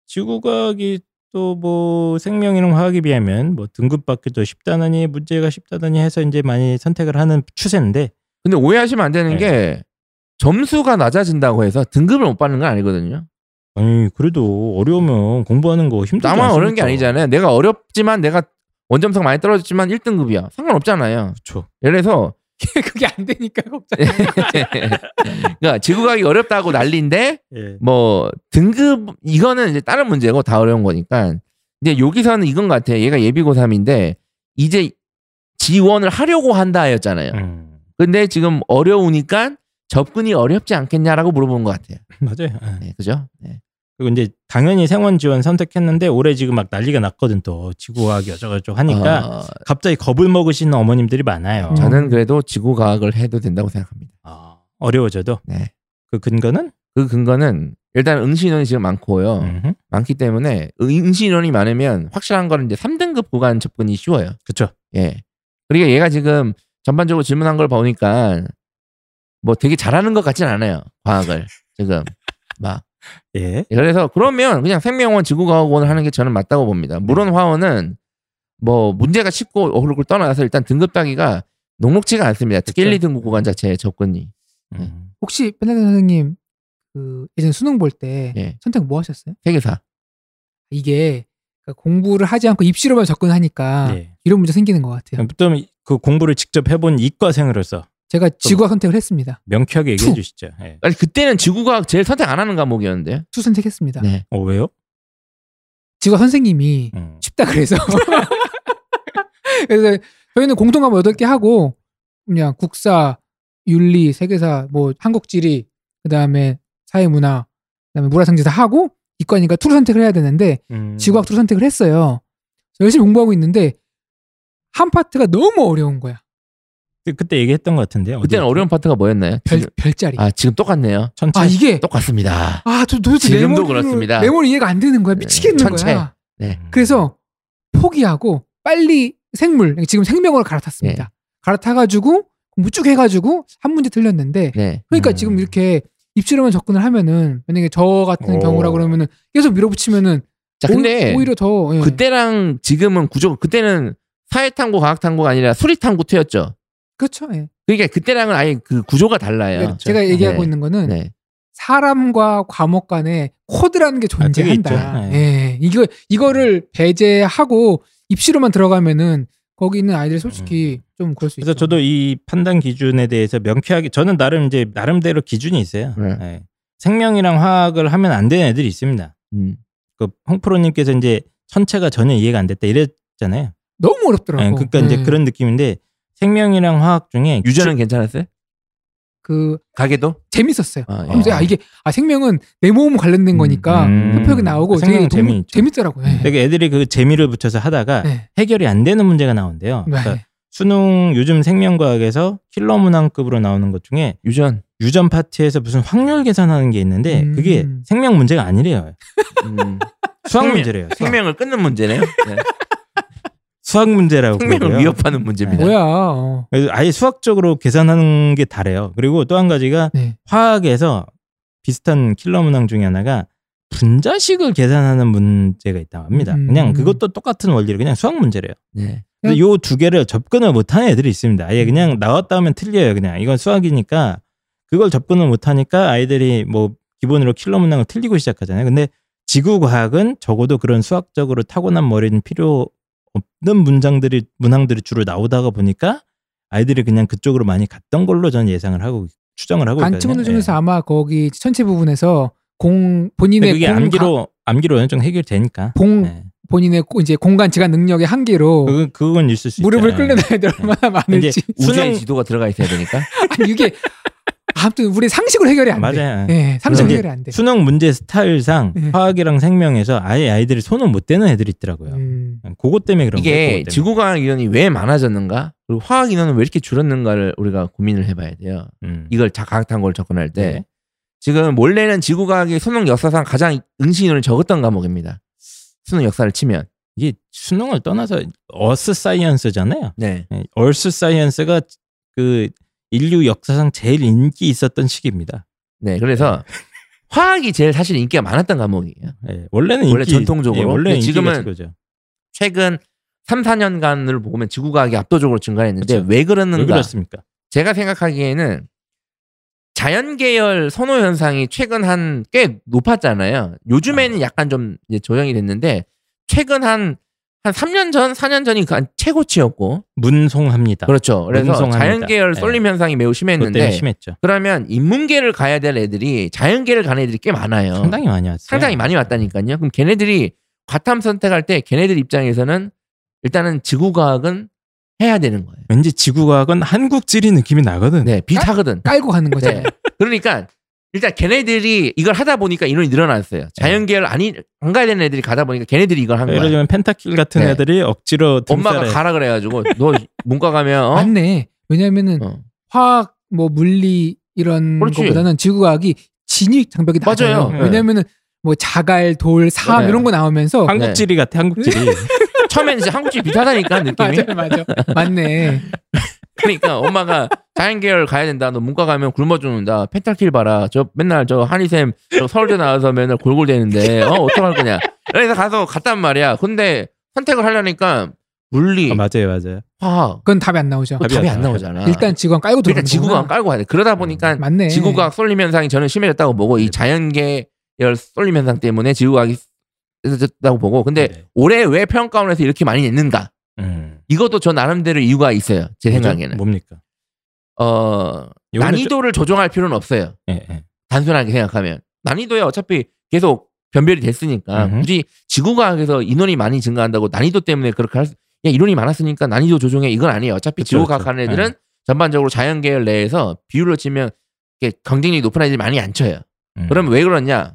S1: 지구과학이 또 뭐 생명이랑 화학에 비하면 뭐 등급 받기도 쉽다느니 문제가 쉽다느니 해서 이제 많이 선택을 하는 추세인데
S3: 근데 오해하시면 안 되는
S1: 네.
S3: 게 점수가 낮아진다고 해서 등급을 못 받는 건 아니거든요.
S1: 아니 그래도 어려우면 공부하는 거 힘들지
S3: 나만 어려운 게
S1: 않습니까?
S3: 아니잖아요. 내가 어렵지만 내가 원점수가 많이 떨어졌지만 1등급이야. 상관없잖아요.
S1: 그렇죠.
S3: 그래서
S2: 그게 안 되니까 걱정.
S3: 그러니까 지구과학이 어렵다고 난리인데
S1: 예.
S3: 뭐 등급 이거는 이제 다른 문제고 다 어려운 거니까. 근데 여기서는 이건 같아. 얘가 예비고3인데 이제 지원을 하려고 한다였잖아요.
S1: 음,
S3: 근데 지금 어려우니까 접근이 어렵지 않겠냐라고 물어보는 것 같아요.
S1: 맞아요. 예.
S3: 네, 그죠? 네.
S1: 그리고 이제 당연히 생원 지원 선택했는데 올해 지금 막 난리가 났거든 또 지구과학 여저저쪽 하니까
S3: 어,
S1: 갑자기 겁을 먹으시는 어머님들이 많아요.
S2: 음.
S3: 저는 그래도 지구과학을 해도 된다고 생각합니다.
S1: 아, 어려워져도
S3: 네.
S1: 그 근거는
S3: 그 근거는 일단 응시 인원이 지금 많고요.
S1: 음,
S3: 많기 때문에 응시 인원이 많으면 확실한 거는 이제 3등급 구간 접근이 쉬워요.
S1: 그렇죠.
S3: 예. 그리고 얘가 지금 전반적으로 질문한 걸 보니까 뭐 되게 잘하는 것 같진 않아요. 과학을 지금 막
S1: 예.
S3: 그래서 그러면 그냥 생명원 지구과학원을 하는 게 저는 맞다고 봅니다. 물론 화원은 뭐 문제가 쉽고 어려울 걸 떠나서 일단 등급 따기가 녹록지가 않습니다. 특히
S1: 그쵸.
S3: 1, 2등급 구간 자체의 접근이.
S1: 음.
S2: 혹시 펜타곤 선생님 그 예전 수능 볼 때
S3: 예.
S2: 선택 뭐 하셨어요?
S3: 세계사.
S2: 이게 그러니까 공부를 하지 않고 입시로만 접근하니까
S1: 예.
S2: 이런 문제 생기는 것 같아요.
S1: 그럼 그 공부를 직접 해본 이과생으로서
S2: 제가 지구학 선택을 했습니다.
S1: 명쾌하게 얘기해
S2: 투.
S1: 주시죠. 예.
S3: 아니 그때는 지구과학 제일 선택 안 하는 과목이었는데요.
S2: 투 선택했습니다.
S3: 네.
S1: 어 왜요?
S2: 지구학 선생님이
S1: 음.
S2: 쉽다 그래서 그래서 저희는 공통 과목 8개 하고 그냥 국사, 윤리, 세계사, 뭐 한국지리, 그다음에 사회문화, 그다음에 문화상지사 하고 이과니까 투로 선택을 해야 되는데
S1: 음.
S2: 지구학 투로 선택을 했어요. 그래서 열심히 공부하고 있는데 한 파트가 너무 어려운 거야.
S1: 그- 그때 얘기했던 것 같은데. 요
S3: 그때는 어려운 파트가 뭐였나요?
S2: 별
S3: 지금-
S2: 별자리. 아,
S3: 아 지금 똑같네요.
S1: 천체.
S2: 이게
S3: 똑같습니다.
S2: 아, 저 도대체
S3: 지금도
S2: 메모리로-
S3: 그렇습니다.
S2: 메모리 이해가 안 되는 거야.
S3: 네,
S2: 미치겠는
S3: 천체.
S2: 거야.
S3: 네.
S1: 음.
S2: 그래서 포기하고 빨리 생물 지금 생명으로 갈아탔습니다. 갈아타가지고 공부 쭉 해가지고 한 문제 틀렸는데
S3: 네.
S2: 그러니까
S1: 음.
S2: 지금 이렇게 입시로만 접근을 하면은 만약에 저 같은
S1: 오.
S2: 경우라 그러면은 계속 밀어붙이면은
S3: 자
S2: 오-
S3: 근데
S2: 오히려 더 예.
S3: 그때랑 지금은 구조 그때는 사회탐구 과학탐구가 아니라 수리탐구 투였죠.
S2: 그렇죠. 예. 그러니까
S3: 그러니까 그때랑은 아예 그 구조가 달라요.
S1: 그렇죠.
S2: 제가 얘기하고
S3: 네.
S2: 있는 거는
S3: 네.
S2: 사람과 과목 간에 코드라는 게
S1: 그게
S2: 존재한다.
S1: 있죠. 예.
S2: 예. 이거 이거를 배제하고 입시로만 들어가면은 거기 있는 아이들 솔직히 좀 그럴 수 있죠.
S1: 그래서 저도 이 판단 기준에 대해서 명쾌하게 저는 나름 이제 나름대로 기준이 있어요.
S3: 네.
S1: 예. 생명이랑 화학을 하면 안 되는 애들이 있습니다.
S3: 음.
S1: 그 홍프로님께서 이제 천체가 전혀 이해가 안 됐다 이랬잖아요.
S2: 너무
S1: 예,
S2: 어렵더라고.
S1: 그러니까 이제
S2: 예.
S1: 그런 느낌인데 생명이랑 화학 중에 음.
S3: 유전은 괜찮았어요?
S2: 그
S3: 가게도?
S2: 재밌었어요.
S3: 아, 예.
S2: 그래서 아, 이게 아 생명은 내 몸 관련된
S3: 음,
S2: 거니까
S1: 음.
S2: 아, 그 표현이 나오고 되게
S1: 생명
S2: 너무
S1: 재미있죠.
S2: 재밌더라고요.
S3: 네.
S2: 예.
S1: 되게 아, 애들이 그 재미를 붙여서 하다가
S2: 네.
S1: 해결이 안 되는 문제가 나온대요.
S2: 네.
S1: 그러니까 수능 요즘 생명과학에서 킬러 문항급으로 나오는 것 중에
S3: 유전.
S1: 유전 파트에서 무슨 확률 계산하는 게 있는데
S2: 음.
S1: 그게 생명 문제가 아니래요.
S3: 음.
S1: 수학
S3: 생명-
S1: 문제래요. 수학,
S3: 생명을 끊는 문제네요. 네.
S1: 수학 문제라고.
S3: 생명을
S1: 그러고요.
S3: 위협하는 문제입니다.
S2: 뭐야? 어.
S1: 그래서 아예 수학적으로 계산하는 게 다래요. 그리고 또 한 가지가
S2: 네.
S1: 화학에서 비슷한 킬러 문항 중에 하나가 분자식을 계산하는 문제가 있다고 합니다.
S2: 음.
S1: 그냥 그것도 똑같은 원리로 그냥 수학 문제래요.
S3: 네.
S1: 근데 요 두 개를 접근을 못하는 애들이 있습니다. 아예 그냥 나왔다 하면 틀려요. 그냥 이건 수학이니까 그걸 접근을 못하니까 아이들이 뭐 기본으로 킬러 문항을 틀리고 시작하잖아요. 근데 지구과학은 적어도 그런 수학적으로 타고난 머리는 필요 없는 문장들이 문항들이 주로 나오다가 보니까 아이들이 그냥 그쪽으로 많이 갔던 걸로 저는 예상을 하고 추정을 하고 있거든요.
S2: 관측운동 중에서
S1: 예.
S2: 아마 거기 천체 부분에서 공 본인의 음.
S1: 근데 네, 그게
S2: 공-
S1: 암기로 암기로 어느 정도 해결되니까.
S2: 봉-
S1: 예.
S2: 본인의 고- 이제 공간 지간 능력의 한계로
S1: 그건 그건 있을 수
S2: 무릎을
S1: 있잖아요. 네.
S2: 끌려놔야 될 얼마나
S1: 이제
S2: 많을지
S3: 우주의
S1: 수능
S3: 지도가 들어가 있어야 되니까.
S2: 아니, 이게 아무튼 우리 상식으로 해결이 안 돼.
S1: 맞아요.
S2: 예, 상식으로
S1: 그래서
S2: 해결이 안 돼.
S1: 수능 문제 스타일상
S2: 네.
S1: 화학이랑 생명에서 아예 아이들이 손을 못 대는 애들이 있더라고요.
S2: 음,
S1: 그것 때문에 그런 거예요.
S3: 이게
S1: 그것 때문에.
S3: 지구과학 인원이 왜 많아졌는가? 그리고 화학 인원은 왜 이렇게 줄었는가를 우리가 고민을 해봐야 돼요.
S1: 음.
S3: 이걸 자각탄고를 접근할 때
S1: 네.
S3: 지금 원래는 지구과학이 수능 역사상 가장 응시 인원이 적었던 과목입니다. 수능 역사를 치면
S1: 이게 수능을 떠나서 어스 사이언스잖아요.
S3: 네.
S1: 네, 얼스 사이언스가 그 인류 역사상 제일 인기 있었던 시기입니다.
S3: 네. 그래서 화학이 제일 사실 인기가 많았던 과목이에요.
S1: 예, 원래는
S3: 원래
S1: 인기-
S3: 전통적으로?
S1: 예, 원래
S3: 근데
S1: 인기가
S3: 지금은
S1: 최고죠.
S3: 최근 3, 4년간을 보면 지구과학이 압도적으로 증가했는데
S1: 그쵸.
S3: 왜
S1: 왜
S3: 그러는가?
S1: 그렇습니까?
S3: 제가 생각하기에는 자연 계열 선호 현상이 최근 한 꽤 높았잖아요. 요즘에는 약간 좀 이제 조정이 됐는데 최근 한 한 3년 전, 4년 전이 그 한 최고치였고
S1: 문송합니다.
S3: 그렇죠. 그래서
S1: 음성합니다.
S3: 자연 계열
S1: 예.
S3: 쏠림 현상이 매우
S1: 그것 때문에
S3: 심했는데
S1: 심했죠.
S3: 그러면 인문계를 가야 될 애들이 자연계를 가는 애들이 꽤 많아요.
S1: 상당히 많이 왔어요.
S3: 상당히 많이 왔다니까요. 그럼 걔네들이 과탐 선택할 때 걔네들 입장에서는 일단은 지구과학은 해야 되는 거예요.
S1: 왠지 지구과학은 한국지리 느낌이 나거든.
S3: 네, 비슷하거든.
S2: 깔고 가는 거죠.
S3: 네. 그러니까 일단 걔네들이 이걸 하다 보니까 인원이 늘어났어요. 자연계열 아니 안 가야 되는 애들이 가다 보니까 걔네들이 이걸 한
S1: 예를
S3: 거야.
S1: 들면 펜타킬 같은
S3: 네.
S1: 애들이 억지로
S3: 엄마가
S1: 등살에-
S3: 가라 그래가지고 너 문과 가면 어?
S2: 맞네. 왜냐면은
S3: 어.
S2: 화학 뭐 물리 이런
S3: 그렇지.
S2: 거보다는 지구과학이 진입 장벽이 낮아요.
S3: 맞아요.
S1: 네.
S2: 왜냐면은 뭐 자갈, 돌, 사암
S3: 네.
S2: 이런 거 나오면서
S1: 한국지리 같아 한국지리.
S3: 처음엔 이제 한국식 비슷하다니까 느낌이.
S2: 맞아요, 맞아요. 맞네.
S3: 그러니까 엄마가 자연계열 가야 된다. 너 문과 가면 굶어 죽는다. 펜탈킬 봐라. 저 맨날 저 한이쌤 저 서울대 나와서 맨날 골골대는데 어 어떡할 거냐. 그래서 가서 갔단 말이야. 근데 선택을 하려니까 물리,
S1: 아, 맞아요, 맞아요.
S3: 화학
S2: 그건 답이 안 나오죠.
S3: 그 답이 안
S1: 나와요.
S3: 나오잖아.
S2: 일단 지구과학 깔고 들어가는
S3: 그러니까
S2: 거
S3: 지구과학 깔고 가야 돼. 그러다 보니까
S2: 맞네. 음.
S3: 지구과학 쏠림 현상이 저는 심해졌다고 보고 이 자연계열 쏠림 현상 때문에 지구과학이 졌다고 보고
S2: 음.
S3: 근데
S1: 네.
S3: 올해 왜 평가원에서 이렇게 많이 냈는가?
S1: 음.
S3: 이것도 저 나름대로 이유가 있어요. 제
S1: 뭐죠?
S3: 생각에는.
S1: 뭡니까?
S2: 뭐-
S3: 어,
S1: 요번에
S3: 난이도를 조정할 필요는 없어요.
S1: 좀- 예, 예.
S3: 단순하게 생각하면 난이도야 어차피 계속 변별이 됐으니까
S1: 음흠.
S3: 굳이 지구과학에서 인원이 많이 증가한다고 난이도 때문에 그렇게 할 수, 야 인원이 많았으니까 난이도 조정해 이건 아니에요. 어차피
S1: 그쵸, 예.
S3: 지구과학
S1: 그쵸.
S3: 하는 애들은 전반적으로 자연 계열 내에서 비율로 치면 이렇게 경쟁력이 높은 애들이 많이 안 쳐요.
S1: 음.
S3: 그러면 왜 그러냐?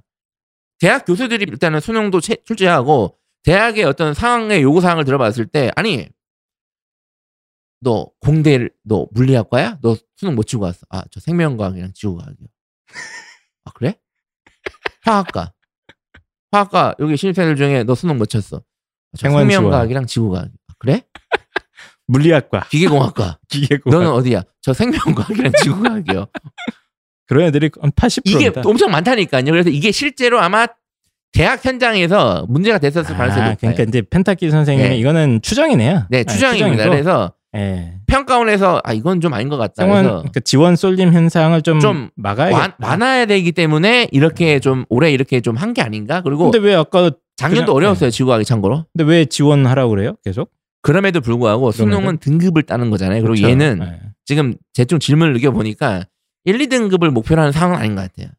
S3: 대학 교수들이 일단은 수능도 채- 출제하고 대학의 어떤 상황의 요구 사항을 들어봤을 때 아니 너 공대 너 물리학과야? 너 수능 못 치고 왔어. 아 저 생명과학이랑 지구과학이요. 아 그래? 화학과 화학과 여기 신입생들 중에 너 수능 못 쳤어. 아, 저
S1: 생활 지원.
S3: 생명과학이랑 지구과학. 아, 그래?
S1: 물리학과,
S3: 기계공학과.
S1: 기계공학.
S3: 너는 어디야? 저 생명과학이랑 지구과학이요.
S1: 그런 애들이 한 80%.
S3: 이게 엄청 많다니까요. 그래서 이게 실제로 아마 대학 현장에서 문제가 됐었을 가능성이
S1: 아,
S3: 높아요.
S1: 그러니까 이제 펜타키 선생님이
S3: 네.
S1: 이거는 추정이네요.
S3: 네,
S1: 아,
S3: 추정입니다.
S1: 추정이고,
S3: 그래서
S1: 예.
S3: 평가원에서 아 이건 좀 아닌 것 같다.
S1: 생활
S3: 그래서
S1: 그러니까 지원 쏠림 현상을 좀,
S3: 좀
S1: 막아야.
S3: 완, 화해야 되기 때문에 이렇게 좀 올해 이렇게 좀 한 게 아닌가? 그리고
S1: 음. 근데 왜 아까 그냥-
S3: 작년도
S1: 네.
S3: 어려웠어요. 지구과학이 참고로.
S1: 근데 왜 지원하라고 그래요? 계속?
S3: 그럼에도 불구하고 수능은 등급을 따는 거잖아요. 그리고
S1: 그렇죠.
S3: 뭐 얘는
S1: 예.
S3: 지금 대충 질문을 느껴보니까 1, 2등급을 목표로 하는 상황은 아닌 것 같아요.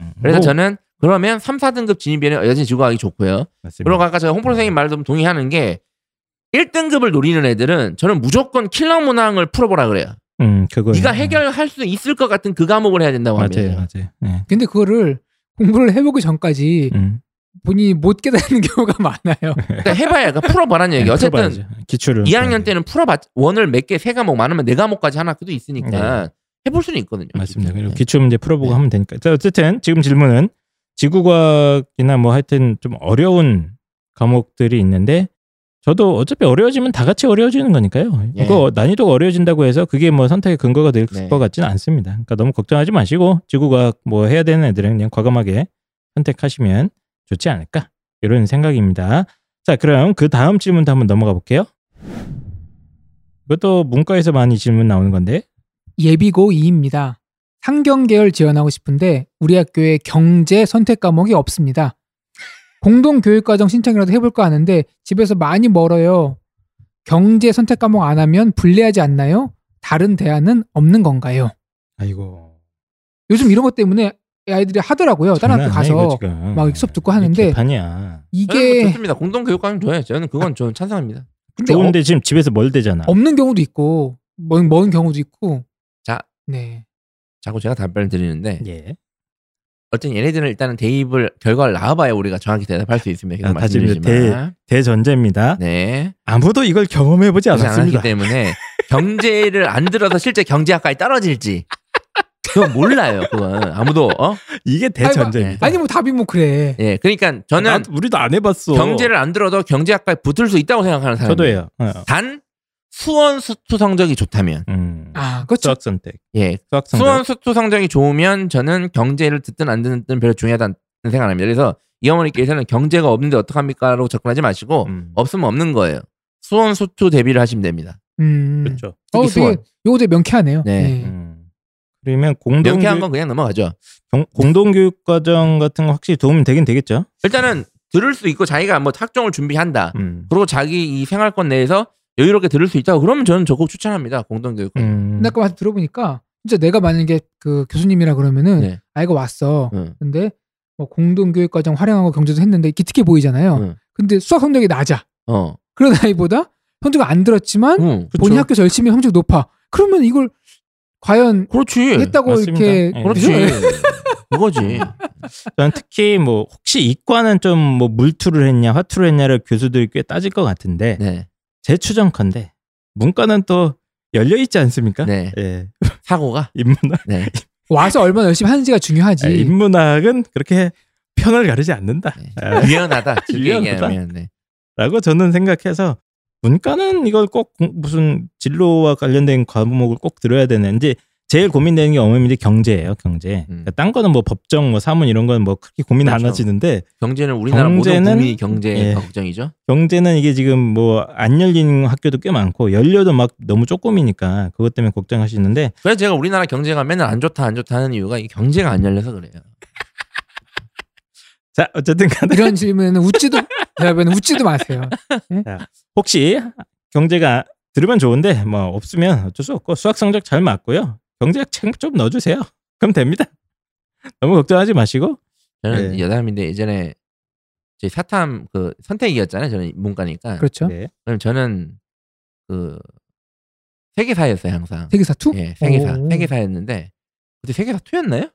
S1: 음,
S3: 그래서
S1: 뭐,
S3: 저는 그러면 3, 4등급 진입에는 여전히 지구과학이 좋고요.
S1: 맞습니다.
S3: 그리고 아까 제가 홍보 선생님 말도 동의하는 게 1등급을 노리는 애들은 저는 무조건 킬러 문항을 풀어보라 그래요.
S1: 음, 그거.
S3: 네가 해결할 수 있을 것 같은 그 과목을 해야 된다고
S1: 맞아요,
S3: 합니다.
S1: 맞아요. 네.
S2: 근데 그거를 공부를 해보기 전까지
S1: 음.
S2: 본인이 못 깨닫는 경우가 많아요.
S3: 그러니까 해봐야 그러니까 풀어봐라는 얘기.
S1: 네,
S3: 어쨌든
S1: 풀어봐야죠. 그렇죠. 기초를.
S3: 2학년 때는 풀어봤 원을 몇 개 세 과목 많으면 네 과목까지 하나도 있으니까 해볼 수는 있거든요.
S1: 네. 맞습니다. 그리고
S3: 네.
S1: 기초 문제 풀어보고
S3: 네.
S1: 하면 되니까. 자, 어쨌든 지금 질문은 지구과학이나 뭐 하여튼 좀 어려운 과목들이 있는데 저도 어차피 어려워지면 다 같이 어려워지는 거니까요.
S3: 예.
S1: 그거 난이도가 어려워진다고 해서 그게 뭐 선택의 근거가 될 것
S3: 네.
S1: 같지는 않습니다. 그러니까 너무 걱정하지 마시고 지구과학 뭐 해야 되는 애들은 그냥 과감하게 선택하시면 좋지 않을까 이런 생각입니다. 자, 그럼 그 다음 질문도 한번 넘어가 볼게요. 이것도 문과에서 많이 질문 나오는 건데
S2: 예비고 2입니다. 상경계열 지원하고 싶은데 우리 학교에 경제 선택 과목이 없습니다. 공동교육과정 신청이라도 해볼까 하는데 집에서 많이 멀어요. 경제 선택 과목 안 하면 불리하지 않나요? 다른 대안은 없는 건가요?
S1: 아이고
S2: 요즘 이런 것 때문에 아이들이 하더라고요. 어, 다른 학교
S1: 장난 아니야,
S2: 가서
S1: 이거 지금.
S2: 막 수업 듣고 하는데
S1: 이게 개판이야.
S3: 저는 뭐
S2: 이게
S3: 좋습니다. 공동 교육과정 좋아요. 저는 그건 좀 찬성합니다.
S2: 근데
S1: 좋은데 지금 집에서 멀대잖아.
S2: 어- 없는 경우도 있고 먼, 먼 경우도 있고
S3: 자.
S2: 네.
S3: 자꾸 제가 답변을 드리는데
S1: 예.
S3: 어쨌든 얘네들은 일단은 대입을 결과를 나와봐야 우리가 정확히 대답할 수 있습니다. 계속
S1: 아, 다시 이제
S3: 말씀드리지만
S1: 대전제입니다.
S3: 네
S1: 아무도 이걸 경험해 보지
S3: 그렇지 않았기
S1: 않았습니다.
S3: 때문에 경제를 안 들어서 실제 경제학과에 떨어질지 그건 몰라요. 그건 아무도 어
S1: 이게 대전제입니다.
S2: 아니 뭐 답이 뭐 그래.
S3: 예 그러니까
S2: 아,
S3: 저는
S1: 나도- 우리도 안 해봤어.
S3: 경제를 안 들어도 경제학과에 붙을 수 있다고 생각하는 사람.
S1: 저도예요. 어.
S3: 단 수원 수투 성적이 좋다면
S1: 음.
S2: 아 그렇죠.
S1: 수학 선택.
S3: 예
S1: 수학 선택.
S3: 수원 수투 성적이 좋으면 저는 경제를 듣든 안 듣든 별로 중요하다는 생각을 합니다. 그래서 이 어머니께서는 경제가 없는데 어떡합니까라고 접근하지 마시고
S1: 음.
S3: 없으면 없는 거예요. 수원 수투 대비를 하시면 됩니다.
S2: 음.
S1: 그렇죠.
S2: 어,
S3: 특히 수원.
S2: 되게 요거 되게 명쾌하네요.
S3: 네.
S1: 음. 그러면 공동
S3: 명쾌한 건 그냥 넘어가죠.
S1: 공동 교육 과정 같은 거 확실히 도움이 되긴 되겠죠.
S3: 일단은 들을 수 있고 자기가 뭐 학종을 준비한다.
S1: 음.
S3: 그리고 자기 이 생활권 내에서 여유롭게 들을 수 있다. 고 그러면 저는 적극 추천합니다. 공동교육.
S1: 음.
S2: 근데 그 아까 말 들어보니까 진짜 내가 만약에 그 교수님이라
S1: 음.
S2: 그러면은
S3: 네.
S2: 아이가 왔어.
S3: 응.
S2: 근데 뭐 공동교육 과정 활용하고 경제도 했는데 기특해 보이잖아요.
S3: 응.
S2: 근데 수학 성적이 낮아.
S3: 어.
S2: 그런 아이보다 성적 안 들었지만
S3: 응.
S2: 본인 학교에서 열심히 성적 이 높아. 그러면 이걸 과연
S3: 그렇지.
S2: 했다고
S1: 맞습니다.
S2: 이렇게
S1: 예.
S3: 네, 그렇지.
S2: 그죠?
S3: 그거지.
S1: 저는 특히 뭐 혹시 이과는 좀 뭐 물투를 했냐 화투를 했냐를 교수들이 꽤 따질 것 같은데
S3: 네.
S1: 제 추정컨대 문과는 또 열려 있지 않습니까?
S3: 네.
S1: 예.
S3: 사고가.
S1: 인문학
S3: 네.
S2: 와서 얼마나 열심히 하는지가 중요하지.
S1: 아, 인문학은 그렇게 편을 가르지 않는다.
S3: 네. 유연하다. 쉽게
S1: 아. 유연하다.
S3: 얘기하면. 네.
S1: 라고 저는 생각해서 문과는 이걸 꼭 공- 무슨 진로와 관련된 과목을 꼭 들어야 되는지 제일 고민되는 게 어머님들이 경제예요, 경제. 그러니까 딴 거는 뭐 법정, 뭐 사문 이런 건 뭐 크게 고민 안
S3: 음. 그렇죠.
S1: 하시는데
S3: 경제는 우리나라
S1: 경제는-
S3: 모든 국민이 경제
S1: 예.
S3: 걱정이죠.
S1: 경제는 이게 지금 뭐 안 열린 학교도 꽤 많고 열려도 막 너무 조금이니까 그것 때문에 걱정하시는데
S3: 그래서 제가 우리나라 경제가 맨날 안 좋다 안 좋다 하는 이유가 이 경제가 안 열려서 그래요.
S1: 자 어쨌든 간에
S2: 이런 질문은 웃지도 여러분 웃지도 마세요.
S1: 혹시 경제가 들으면 좋은데 뭐 없으면 어쩔 수 없고 수학 성적 잘 맞고요 경제학 책 좀 넣어주세요 그럼 됩니다 너무 걱정하지 마시고
S3: 저는
S1: 네.
S3: 여담인데 예전에 제 사탐 그 선택이었잖아요. 저는 문과니까.
S2: 그렇죠.
S1: 네.
S3: 그럼 저는 그 세계사였어요 항상.
S2: 세계사 투?
S3: 예, 세계사
S2: 오.
S3: 세계사였는데 그때 세계사 2였나요?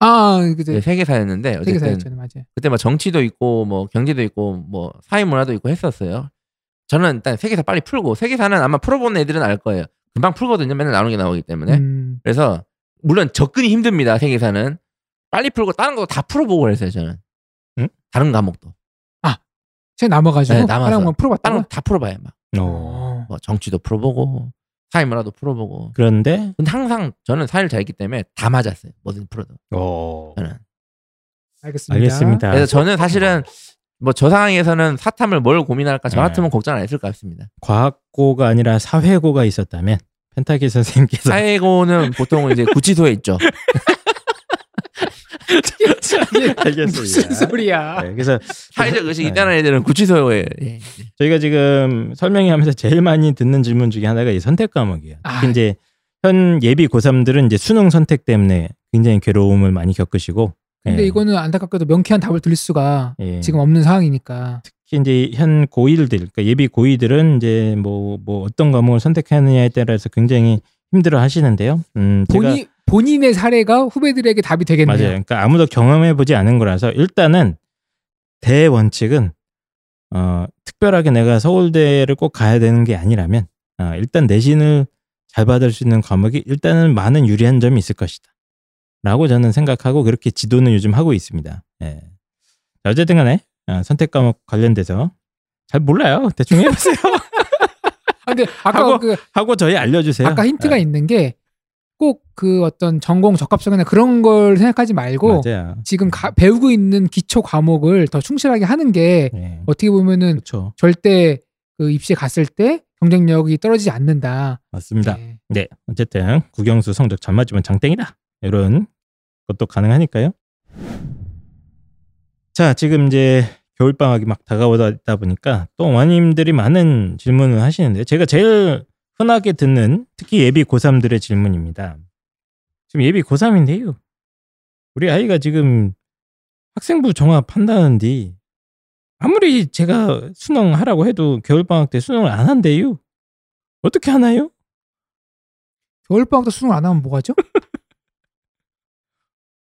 S2: 아
S3: 네,
S2: 그때
S3: 세계사였는데 어쨌든
S2: 세계사였잖아요, 맞아요.
S3: 그때 막 정치도 있고 뭐 경제도 있고 뭐 사회 문화도 있고 했었어요. 저는 일단 세계사 빨리 풀고 세계사는 아마 풀어본 애들은 알 거예요. 금방 풀거든요. 맨날 나오는 게 나오기 때문에
S2: 음,
S3: 그래서 물론 접근이 힘듭니다. 세계사는 빨리 풀고 다른 것도 다 풀어보고 그랬어요. 저는
S1: 응?
S3: 다른 과목도
S2: 제가 남아가지고
S3: 네, 남아서.
S2: 하나만
S3: 다른
S2: 풀어봤다가
S3: 거 다 풀어봐요. 막
S1: 어.
S2: 어.
S3: 뭐 정치도 풀어보고 사회 문화도 풀어보고
S1: 그런데
S3: 근데 항상 저는 사회를 잘했기 때문에 다 맞았어요. 뭐든 풀어도.
S1: 어.
S3: 저는.
S2: 알겠습니다.
S1: 알겠습니다
S3: 그래서 저는 사실은 뭐 저 상황에서는 사탐을 뭘 고민할까 저
S1: 네.
S3: 같으면 걱정 안 했을 것 같습니다.
S1: 과학고가 아니라 사회고가 있었다면 펜타키 선생님께서
S3: 사회고는 보통 이제 구치소에 있죠.
S1: 알겠습니다
S2: 무슨 소리야?
S1: 네, 그래서
S3: 사회적 의식이
S1: 네.
S3: 있다는 애들은 구치소에 예.
S1: 저희가 지금 설명하면서 제일 많이 듣는 질문 중에 하나가 이 선택 과목이에요.
S2: 아.
S1: 특히 이제 현 예비 고3들은 이제 수능 선택 때문에 굉장히 괴로움을 많이 겪으시고
S2: 근데
S1: 예.
S2: 이거는 안타깝게도 명쾌한 답을 드릴 수가
S1: 예.
S2: 지금 없는 상황이니까.
S1: 특히 이제 현 고1들 그러니까 예비 고2들은 이제 뭐 뭐 어떤 과목을 선택하느냐에 따라서 굉장히 힘들어 하시는데요. 음, 제가
S2: 본인 본인의 사례가 후배들에게 답이 되겠네요.
S1: 맞아요. 그러니까 아무도 경험해 보지 않은 거라서 일단은 대원칙은 어, 특별하게 내가 서울대를 꼭 가야 되는 게 아니라면 어, 일단 내신을 잘 받을 수 있는 과목이 일단은 많은 유리한 점이 있을 것이다. 라고 저는 생각하고 그렇게 지도는 요즘 하고 있습니다. 예. 자, 어쨌든 간에 어, 선택 과목 관련돼서 잘 몰라요. 대충 해보세요.
S2: 아, 근데 아까
S1: 하고-
S2: 그
S1: 하고 저희 알려주세요.
S2: 아까 힌트가
S1: 예,
S2: 있는 게 꼭 그 어떤 전공 적합성이나 그런 걸 생각하지 말고
S1: 맞아요.
S2: 지금 가- 배우고 있는 기초 과목을 더 충실하게 하는 게
S1: 예,
S2: 어떻게 보면은
S1: 그렇죠.
S2: 절대 그 입시에 갔을 때 경쟁력이 떨어지지 않는다.
S1: 맞습니다.
S2: 네.
S1: 네, 어쨌든 국영수 성적 잘 맞으면 장땡이다. 이런 것도 가능하니까요. 자, 지금 이제 겨울 방학이 막 다가오다 보니까 또 원님들이 많은 질문을 하시는데 제가 제일 흔하게 듣는 특히 예비 고3들의 질문입니다. 지금 예비 고3인데요. 우리 아이가 지금 학생부 종합한다는데 아무리 제가 수능하라고 해도 겨울 방학 때 수능을 안 한대요. 어떻게 하나요?
S2: 겨울방학 때 수능 안 하면 뭐하죠?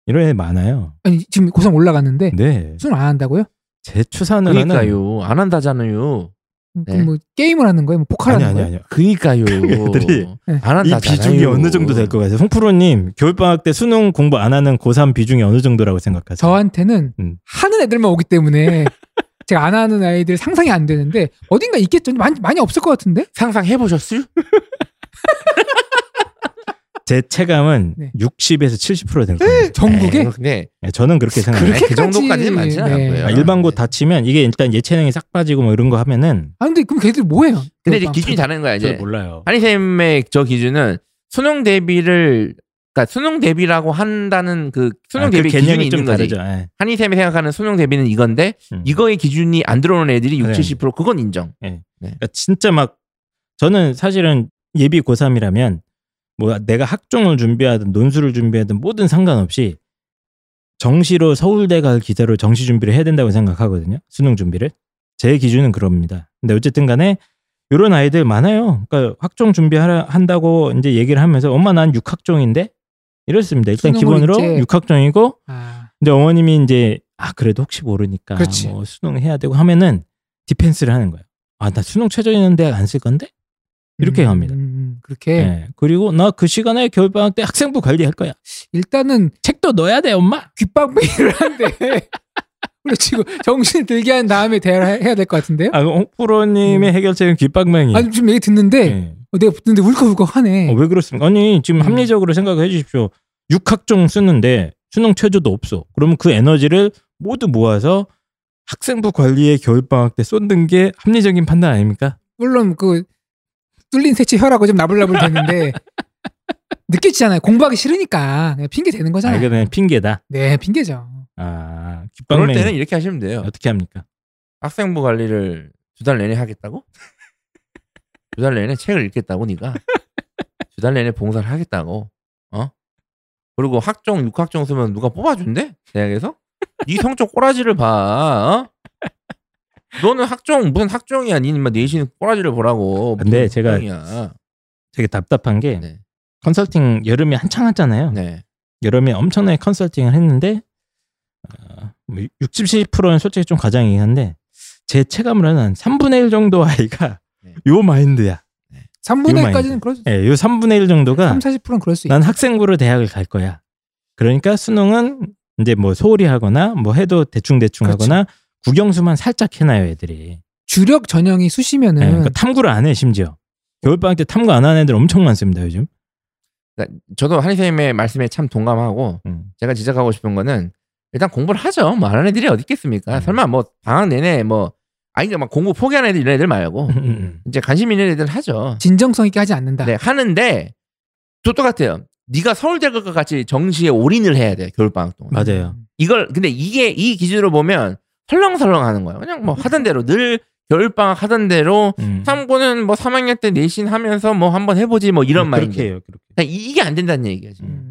S1: 이런 애 많아요.
S2: 아니 지금 고3 올라갔는데
S1: 네.
S2: 수능 안 한다고요?
S1: 제 추산은
S3: 그니까요. 안 한다잖아요. 네.
S2: 그럼 뭐 게임을 하는 거예요? 뭐
S1: 아니
S2: 포카라는
S1: 아니
S2: 거예요?
S1: 아니요.
S3: 그니까요.
S1: 애들이
S2: 네.
S3: 안
S1: 이
S3: 한다잖아요.
S1: 비중이 어느 정도 될 것 같아요? 송프로님 겨울 방학 때 수능 공부 안 하는 고3 비중이 어느 정도라고 생각하세요?
S2: 저한테는
S1: 음.
S2: 하는 애들만 오기 때문에 제가 안 하는 아이들 상상이 안 되는데 어딘가 있겠죠? 많이 많이 없을 것 같은데?
S3: 상상해 보셨어요?
S1: 제 체감은
S2: 네.
S1: 60에서 70%될 거예요.
S2: 전국에
S3: 네.
S1: 네, 저는 그렇게 생각해요.
S3: 그
S2: 그렇게까지-
S3: 정도까지는 많지는
S2: 네.
S3: 않고요.
S1: 아, 일반 곳 다치면 이게 일단 예체능이 싹 빠지고 뭐 이런 거 하면은
S2: 아 근데 그럼 걔들 뭐해요?
S3: 근데 이제
S2: 겨울방학
S3: 기준이 다른 거야
S1: 잘
S3: 아, 이제.
S1: 몰라요.
S3: 한희 쌤의 저 기준은 수능 대비를 그러니까 수능 대비라고 한다는 그 수능
S1: 아, 그
S3: 대비 기준이
S1: 개념이 좀
S3: 있는 거지.
S1: 다르죠. 예.
S3: 한희 쌤이 생각하는 수능 대비는 이건데
S1: 음.
S3: 이거의 기준이 안 들어오는 애들이 6,
S1: 네.
S3: 70% 그건 인정.
S1: 그러니까 진짜 막 저는 사실은 예비 고3이라면 뭐 내가 학종을 준비하든 논술을 준비하든 뭐든 상관없이 정시로 서울대 갈 기세로 정시 준비를 해야 된다고 생각하거든요. 수능 준비를. 제 기준은 그럽니다. 근데 어쨌든 간에 이런 아이들 많아요. 그러니까 학종 준비한다고 이제 얘기를 하면서 엄마 난 6학종인데 이렇습니다. 일단
S2: 수능으로
S1: 기본으로
S2: 이제-
S1: 6학종이고
S2: 아,
S1: 근데 어머님이 이제 아 그래도 혹시 모르니까
S2: 그렇지.
S1: 뭐 수능 해야 되고 하면은 디펜스를 하는 거예요. 아 나 수능 최저이는 대학 안 쓸 건데 이렇게
S2: 음,
S1: 갑니다.
S2: 음, 음, 그렇게
S1: 예. 그리고 나 그 시간에 겨울 방학 때 학생부 관리할 거야.
S2: 일단은
S1: 책도 넣어야 돼 엄마.
S2: 귓방배기를 한데 그리고 정신 들게 한 다음에 대화를 해야 될 것 같은데요?
S1: 아 홍프로님의 해결책은 귓방망이.
S2: 아니 지금 얘기 듣는데
S1: 예.
S2: 어, 내가 듣는데 울컥울컥하네.
S1: 어, 왜 그렇습니까? 아니 지금
S2: 음.
S1: 합리적으로 생각해 주십시오. 6학종 쓰는데 수능 최저도 없어. 그러면 그 에너지를 모두 모아서 학생부 관리에 겨울 방학 때 쏟는 게 합리적인 판단 아닙니까?
S2: 물론 그 뚫린 새치 혀라고 좀 나불나불 되는데 느껴지잖아요. 공부하기 싫으니까 그냥 핑계 되는
S1: 아
S2: 거잖아요.
S1: 이거 그냥 핑계다.
S2: 네, 핑계죠.
S1: 아,
S3: 그럴
S1: 귓방맹이
S3: 때는 이렇게 하시면 돼요.
S1: 어떻게 합니까?
S3: 학생부 관리를 두 달 내내 하겠다고? 두 달 내내 책을 읽겠다고 네가? 두 달 내내 봉사를 하겠다고? 어? 그리고 학종, 육학종 쓰면 누가 뽑아준대? 대학에서? 네 성적 꼬라지를 봐. 어? 너는 학종 무슨 학종이야? 니는 막 내신 꼬라지를 보라고. 무슨
S1: 근데 제가-
S3: 학종이야.
S1: 되게 답답한 게
S3: 네.
S1: 컨설팅 여름에 한창 하잖아요.
S3: 네.
S1: 여름에 엄청나게 컨설팅을 했는데 어, 뭐 60, 70%는 솔직히 좀 과장이긴 한데 제 체감으로는 한 3분의 1 정도 아이가
S3: 네.
S1: 요 마인드야.
S2: 3분의
S1: 이거
S2: 1까지는 그럴 수 있어요.
S1: 예, 요 3분의 1 정도가
S2: 3, 40%는 그럴 수 있어요.
S1: 난 학생부로 대학을 갈 거야. 그러니까 수능은 이제 뭐 소홀히 하거나 뭐 해도 대충대충
S2: 그렇죠.
S1: 하거나 국영수만 살짝 해놔요 애들이.
S2: 주력 전형이 수시면은
S3: 네,
S1: 예, 그러니까 탐구를 안 해 심지어. 겨울방학 때 탐구 안 하는 애들 엄청 많습니다 요즘.
S3: 그러니까 저도 한희 선생님의 말씀에 참 동감하고
S1: 음.
S3: 제가 지적하고 싶은 거는 일단 공부를 하죠. 뭐 하는 애들이 어디 있겠습니까?
S1: 음.
S3: 설마 뭐 방학 내내 뭐 아니 그러니까 막 공부 포기하는 애들 이런 애들 말고
S1: 음,
S3: 이제 관심 있는 애들 하죠.
S2: 진정성 있게 하지 않는다.
S3: 네 하는데 또 똑같아요. 네가 서울대 갈 것 같이 정시에 올인을 해야 돼 겨울 방학 동안.
S1: 맞아요.
S3: 이걸 근데 이게 이 기준으로 보면 설렁설렁 하는 거예요. 그냥 뭐 하던 대로 늘 겨울 방학 하던 대로
S1: 음.
S3: 참고는 뭐 3학년 때 내신 하면서 뭐 한번 해보지 뭐 이런
S1: 음,
S3: 말인
S1: 네, 그렇게
S3: 데
S1: 해요. 그렇게.
S3: 이게 안 된다는 얘기야 지금.
S2: 음.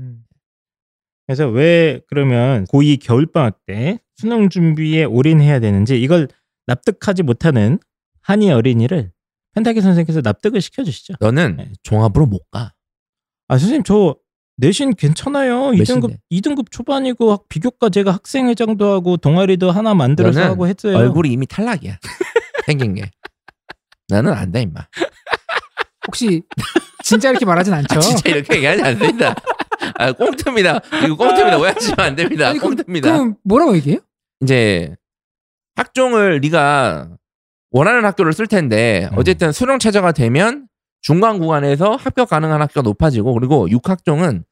S1: 그래서 왜 그러면 고2 겨울방학 때 수능 준비에 올인해야 되는지 이걸 납득하지 못하는 한이 어린이를 펜타키 선생님께서 납득을 시켜주시죠.
S3: 너는
S1: 네.
S3: 종합으로 못 가.
S1: 아 선생님 저 내신 괜찮아요.
S3: 몇
S1: 2등급
S3: 신데?
S1: 2등급 초반이고 학- 비교과 제가 학생회장도 하고 동아리도 하나 만들어서
S3: 너는
S1: 하고 했어요.
S3: 얼굴이 이미 탈락이야. 생긴 게. 나는 안다 임마.
S2: 혹시 진짜 이렇게 말하진 않죠?
S3: 아, 진짜 이렇게 얘기하지 않습니다. 아, 꽁트입니다. 이거 꽁트입니다. 오해하시면 안 됩니다.
S2: 아니, 그럼-
S3: 꽁트입니다.
S2: 그럼 뭐라고 얘기해요?
S3: 이제 학종을 네가 원하는 학교를 쓸 텐데
S1: 음.
S3: 어쨌든 수능 최저가 되면 중간 구간에서 합격 가능한 학교가 높아지고 그리고 6학종은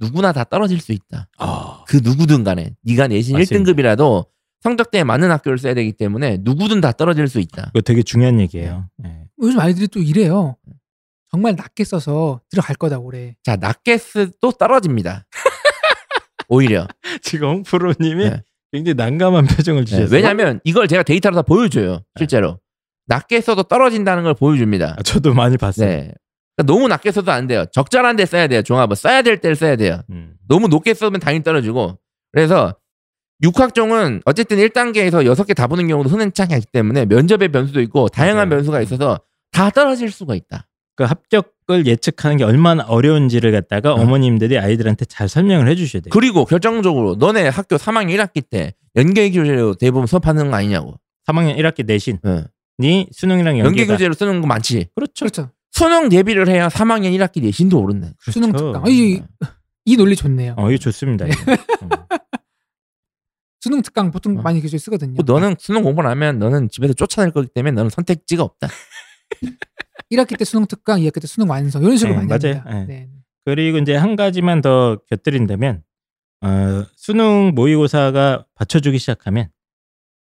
S3: 누구나 다 떨어질 수 있다.
S1: 아,
S3: 그 누구든 간에 네가 내신
S1: 맞습니다.
S3: 1등급이라도 성적대에 맞는 학교를 써야 되기 때문에 누구든 다 떨어질 수 있다.
S1: 이거 되게 중요한 얘기예요.
S3: 네.
S1: 예.
S2: 요즘 아이들이 또 이래요. 정말 낮게 써서 들어갈 거다 올해.
S3: 자, 낮게 쓰도 떨어집니다. 오히려.
S1: 네. 지금 프로님이
S3: 네.
S1: 굉장히 난감한 표정을 주셨어요.
S3: 왜냐하면 이걸 제가 데이터로 다 보여줘요. 실제로 낮게 써도 떨어진다는 걸 보여줍니다.
S1: 아, 저도 많이 봤어요.
S3: 네. 그러니까 너무 낮게 써도 안 돼요. 적절한 데 써야 돼요. 종합은 써야 될 때를 써야 돼요.
S1: 음.
S3: 너무 높게 쓰면 당연히 떨어지고. 그래서 육학종은 어쨌든 1단계에서 6개 다 보는 경우도 흔치 않기 때문에 면접의 변수도 있고 다양한
S1: 맞아요.
S3: 변수가 있어서 다 떨어질 수가 있다.
S1: 그 합격을 예측하는 게 얼마나 어려운지를 갖다가
S3: 어.
S1: 어. 머님들이 아이들한테 잘 설명을 해주셔야 돼요.
S3: 그리고 결정적으로 너네 학교 3학년 1학기 때 연계 교재로 대부분 수업하는 거 아니냐고. 네.
S1: 3학년 1학기 내신이
S3: 응.
S1: 수능이랑 연계가
S3: 연계 교재로 쓰는 거 많지.
S1: 그렇죠.
S2: 그렇죠.
S3: 수능 대비를 해야 3학년 1학기 내신도 오른다.
S2: 수능
S3: 그렇죠.
S2: 특강. 아, 이,
S3: 네.
S2: 이 논리 좋네요.
S1: 어, 이거 좋습니다. 이거. 음.
S2: 수능 특강 보통
S3: 어.
S2: 많이 교재 쓰거든요.
S3: 뭐
S1: 그러니까.
S3: 너는 수능 공부를 하면 너는 집에서 쫓아낼 거기 때문에 너는 선택지가 없다.
S2: 1학기 때 수능 특강, 2학기 때 수능 완성 이런 식으로
S1: 네,
S2: 많이
S1: 맞아요.
S2: 합니다.
S1: 네.
S2: 네.
S1: 그리고 이제 한 가지만 더 곁들인다면 어, 수능 모의고사가 받쳐주기 시작하면